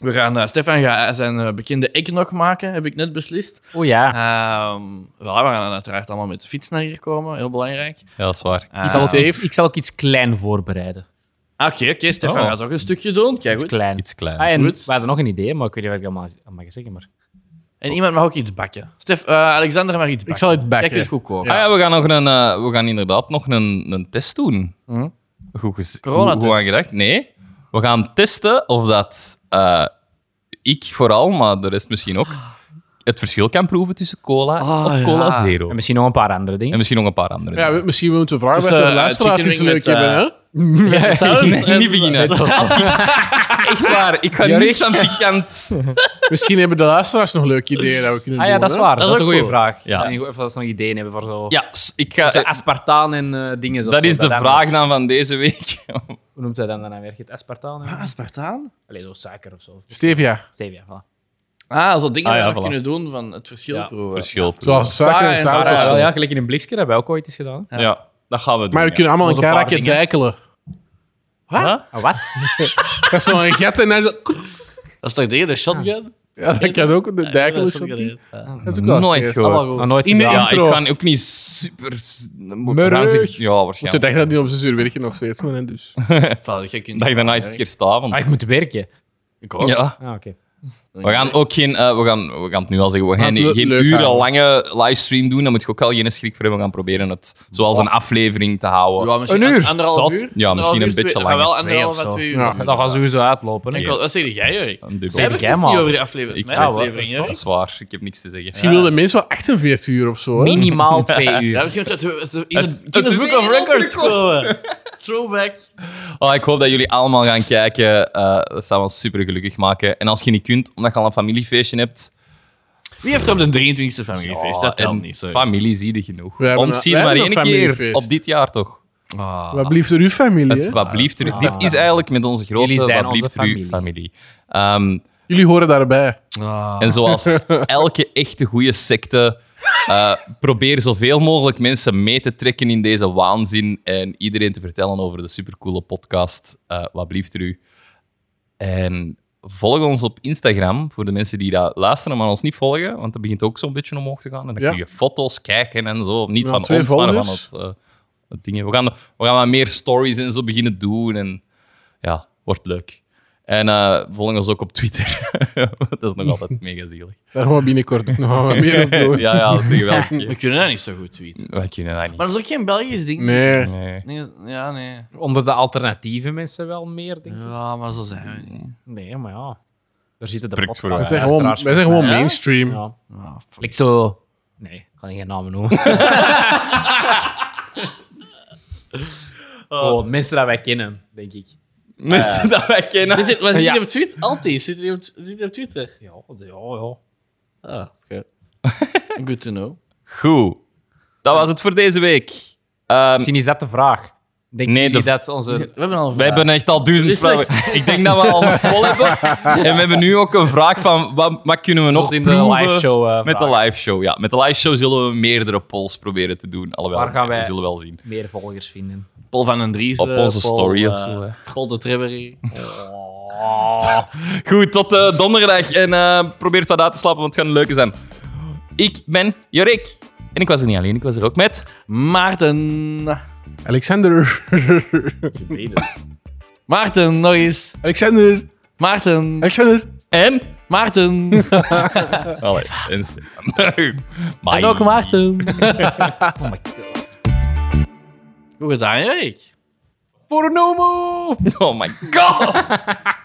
Speaker 6: we gaan, eh, Stefan gaat zijn eh, bekende eggnog maken, heb ik net beslist.
Speaker 1: Oh ja.
Speaker 6: Ehm, voilà, we gaan dan uiteraard allemaal met de fiets naar hier komen, heel belangrijk.
Speaker 2: Ja, dat is waar.
Speaker 1: ik, zal ook
Speaker 6: Ehm,
Speaker 1: iets, ik zal ook iets klein voorbereiden.
Speaker 6: Oké, ah, oké, Stefan
Speaker 2: Oh.
Speaker 6: gaat ook een stukje doen. Kijk
Speaker 1: Iets
Speaker 6: goed.
Speaker 1: klein.
Speaker 2: Iets klein.
Speaker 1: Ah, en
Speaker 6: Goed.
Speaker 1: we hadden nog een idee, maar ik weet niet wat ik allemaal allemaal mag zeggen. Maar...
Speaker 6: En iemand mag ook iets bakken. Stef, eh, Alexander mag iets bakken.
Speaker 3: zal iets bakken.
Speaker 6: Jij kunt goed koken.
Speaker 2: Ah ja, we gaan, nog een, eh, we gaan inderdaad nog een, een test doen. Goed, gez-
Speaker 6: Coronatest.
Speaker 2: goed, goed aan gedacht. Nee, we gaan testen of dat eh, ik vooral, maar de rest misschien ook, het verschil kan proeven tussen cola
Speaker 6: Ah,
Speaker 2: of
Speaker 6: ja.
Speaker 2: cola zero.
Speaker 1: En misschien nog een paar andere dingen.
Speaker 2: En misschien nog een paar andere.
Speaker 3: Ja, we- misschien moeten we vragen
Speaker 6: Dus,
Speaker 3: wat
Speaker 6: eh,
Speaker 3: de luisteraars
Speaker 6: chicken
Speaker 3: iets
Speaker 6: wing
Speaker 3: leuk
Speaker 6: met,
Speaker 3: hebben,
Speaker 6: eh,
Speaker 3: hè?
Speaker 6: [LAUGHS] Saus
Speaker 2: Nee,
Speaker 6: en-
Speaker 2: niet beginnen. Als ik- [LAUGHS] Echt waar, ik ga niet aan pikant.
Speaker 3: Misschien hebben de luisteraars nog leuke ideeën dat we kunnen
Speaker 1: Ah
Speaker 3: doen.
Speaker 1: ja, dat is
Speaker 3: hè?
Speaker 1: waar. Dat,
Speaker 6: is
Speaker 1: is een
Speaker 6: ook
Speaker 1: goede
Speaker 6: cool.
Speaker 1: vraag.
Speaker 2: Ja.
Speaker 1: En Of dat ze nog ideeën hebben voor zo...
Speaker 2: Ja, s- ik ga,
Speaker 1: zo aspartaan en eh, dingen. of
Speaker 2: dat
Speaker 1: zo,
Speaker 2: is de
Speaker 1: andere-
Speaker 2: vraag dan van deze week. [LAUGHS]
Speaker 1: Hoe noemt hij dan daarna weer? Het aspartaan? en-
Speaker 6: Spartaan?
Speaker 1: Allee, zo suiker of zo.
Speaker 3: Stevia.
Speaker 1: Stevia, voilà.
Speaker 6: Ah, zo dingen
Speaker 2: Ah, ja,
Speaker 6: die we
Speaker 2: voilà.
Speaker 6: kunnen doen van het verschil
Speaker 1: Ja,
Speaker 6: proeven.
Speaker 2: Verschil.
Speaker 3: Zoals suiker
Speaker 6: Sarah
Speaker 3: en
Speaker 6: en
Speaker 3: zout.
Speaker 6: Sarah.
Speaker 3: of zo.
Speaker 1: wel, ja, gelijk in een blikje, dat hebben we ook ooit eens gedaan.
Speaker 2: Ja. dat gaan we doen.
Speaker 3: Maar we
Speaker 2: ja.
Speaker 3: kunnen allemaal een
Speaker 1: Onze paar
Speaker 3: karakje
Speaker 1: dingen.
Speaker 3: dijkelen.
Speaker 1: Ah, wat?
Speaker 3: Dat is zo'n gat en dan zo...
Speaker 6: Dat is toch de, de shotgun?
Speaker 3: Ja, dat kan ook. De dijkelen shot. Dat is ook wel
Speaker 2: Nooit
Speaker 3: serieus.
Speaker 2: gehoord.
Speaker 1: Nog nooit
Speaker 3: In de
Speaker 1: gedaan.
Speaker 2: Ja, ik
Speaker 3: intro.
Speaker 2: kan ook niet super...
Speaker 1: Murrig.
Speaker 2: Ja,
Speaker 3: Want ik
Speaker 2: waarschijnlijk.
Speaker 3: dacht dat die om zes uur werken nog steeds. Maar, hè, dus.
Speaker 2: Dag daarna is het kerstavond.
Speaker 1: Ah, ik moet werken.
Speaker 2: Ja.
Speaker 1: Ah, oké.
Speaker 2: We gaan ook geen... eh, we, gaan, we gaan het nu al zeggen. We gaan
Speaker 3: het le-
Speaker 2: geen
Speaker 3: leuk
Speaker 2: urenlange livestream doen. Daar moet je ook al geen schrik voor hebben. We gaan proberen het zoals een aflevering te houden.
Speaker 6: Ja, misschien
Speaker 1: Een
Speaker 6: an-
Speaker 1: uur.
Speaker 6: Anderhalf
Speaker 1: Zat.
Speaker 6: uur?
Speaker 2: Ja, misschien een
Speaker 6: Anderhalf uur,
Speaker 2: beetje
Speaker 6: twee- maar wel
Speaker 2: langer.
Speaker 6: anderhalf
Speaker 1: Twee
Speaker 6: à
Speaker 1: of
Speaker 6: twee uur.
Speaker 1: zo.
Speaker 3: Ja.
Speaker 6: Ik
Speaker 1: Dat gaat sowieso uitlopen. Hè.
Speaker 6: denk wel- Wat zeg jij, Ah, Erik?
Speaker 2: Een dubbel.
Speaker 6: Zij
Speaker 1: Zeg jij,
Speaker 6: beslist niet
Speaker 1: maat.
Speaker 6: over de aflevering.
Speaker 2: Ik-
Speaker 6: Mijn
Speaker 2: Ja,
Speaker 1: wel.
Speaker 6: aflevering,
Speaker 2: Dat
Speaker 6: Erik.
Speaker 2: is waar. Ik heb niks te zeggen.
Speaker 3: Misschien wilden mensen wel 48 uur of zo. hè?
Speaker 1: Minimaal twee
Speaker 6: Ja,
Speaker 1: uur.
Speaker 6: misschien dat we het in het
Speaker 2: Het-
Speaker 6: Guinness Book of
Speaker 2: het
Speaker 6: Records
Speaker 2: wereldrecord.
Speaker 6: komen. [LAUGHS] Throwback.
Speaker 2: Oh, ik hoop dat jullie allemaal gaan kijken. Eh, dat zou ons super gelukkig maken. En als je niet kunt, omdat je al een familiefeestje hebt. Oh,
Speaker 6: Wie heeft er op de 23e familiefeest? Dat telt
Speaker 2: en
Speaker 6: niet, sorry.
Speaker 2: Familie zie je genoeg.
Speaker 3: We hebben
Speaker 2: Ons
Speaker 3: een-
Speaker 2: zien
Speaker 3: wij
Speaker 2: maar
Speaker 3: hebben
Speaker 2: één
Speaker 3: een
Speaker 2: keer
Speaker 3: familiefeest.
Speaker 2: op dit jaar toch?
Speaker 3: Wat blieft er uw familie, hè?
Speaker 2: Het wat blieft er- Dit is eigenlijk met onze grote
Speaker 1: Jullie zijn
Speaker 2: wat blieft
Speaker 1: onze
Speaker 2: er uw familie. Ehm,
Speaker 3: Jullie horen daarbij.
Speaker 2: En zoals elke echte goede secte, eh, probeer zoveel mogelijk mensen mee te trekken in deze waanzin en iedereen te vertellen over de supercoole podcast. Eh, wat blieft er u? En volg ons op Instagram voor de mensen die dat luisteren, maar ons niet volgen, want dat begint ook zo'n beetje omhoog te gaan. En dan
Speaker 3: Ja.
Speaker 2: kun je foto's kijken en zo. Niet
Speaker 3: Ja,
Speaker 2: van
Speaker 3: twee
Speaker 2: ons, maar van
Speaker 3: volgers.
Speaker 2: het, eh, het ding. We gaan, we gaan wat meer stories en zo beginnen doen. En ja, wordt leuk. En eh, volg ons ook op Twitter. [LAUGHS] dat is nog [LAUGHS] altijd mega zielig.
Speaker 3: Daar gaan we binnenkort ook nog wat meer op
Speaker 2: [LAUGHS]
Speaker 3: doen.
Speaker 2: Ja, ja, dat zeg je wel een
Speaker 6: We
Speaker 2: keer.
Speaker 6: kunnen dat niet zo goed tweeten.
Speaker 2: Wij kunnen dat niet. [LAUGHS]
Speaker 6: Maar dat is ook geen Belgisch ding.
Speaker 3: Nee.
Speaker 2: Nee.
Speaker 6: Nee, Ja, nee.
Speaker 1: Onder de alternatieve mensen wel meer, denk ik.
Speaker 6: Ja, maar zo zijn we niet.
Speaker 1: Nee, maar ja. Daar zitten de
Speaker 2: Spreekt voor
Speaker 1: podcast-
Speaker 3: Wij zijn gewoon, wij zijn gewoon mainstream.
Speaker 1: Ja.
Speaker 6: Ah, fuck.
Speaker 1: Ik zo... Nee, ik kan geen namen noemen.
Speaker 2: [LAUGHS]
Speaker 1: Gewoon mensen dat wij kennen, denk ik.
Speaker 2: Mensen Dus dat wij kennen.
Speaker 6: Zit- Maar zit
Speaker 1: Ja.
Speaker 6: hij op Twitter? Altijd. Zit hij op, zit hij op Twitter?
Speaker 1: Ja, ja, ja.
Speaker 6: Ah, oké. [LAUGHS] Good to know.
Speaker 2: Goed. Dat was het voor deze week. Ehm,
Speaker 1: Misschien is dat de vraag. Denk
Speaker 2: Nee,
Speaker 1: nee,
Speaker 2: de-
Speaker 1: dat
Speaker 2: [LAUGHS]
Speaker 1: onze...
Speaker 6: We hebben al een
Speaker 2: we
Speaker 6: vraag.
Speaker 2: hebben echt al duizend
Speaker 6: Is dat-
Speaker 2: vragen. Ik denk dat we al vol [LAUGHS] hebben. En we hebben nu ook een vraag van wat, wat kunnen we nog
Speaker 1: in de
Speaker 2: proeven
Speaker 1: liveshow, eh,
Speaker 2: met de
Speaker 1: vragen.
Speaker 2: live show. Ja, met de live show zullen we meerdere polls proberen te doen. Alhoewel,
Speaker 1: Waar gaan wij-
Speaker 2: we zullen wel zien.
Speaker 1: Meer volgers vinden.
Speaker 6: Paul van den Dries.
Speaker 2: Op
Speaker 6: eh,
Speaker 2: onze
Speaker 6: Paul,
Speaker 2: story of
Speaker 6: eh,
Speaker 2: zo, hè.
Speaker 6: Paul de Trebbery.
Speaker 1: Oh.
Speaker 2: Goed, tot eh, donderdag. En eh, probeer het wat uit te slapen, want het gaat een leuke zijn. Ik ben Jorik. En ik was er niet alleen, ik was er ook met...
Speaker 6: Maarten.
Speaker 3: Alexander. [LAUGHS]
Speaker 6: Maarten, nog eens.
Speaker 3: Alexander.
Speaker 6: Maarten.
Speaker 3: Alexander.
Speaker 2: En... [LAUGHS]
Speaker 6: Maarten.
Speaker 2: Allee, en Stefan. [LAUGHS] Bye.
Speaker 6: en ook Maarten. oh my god. Goed gedaan, Erik.
Speaker 2: Oh my god!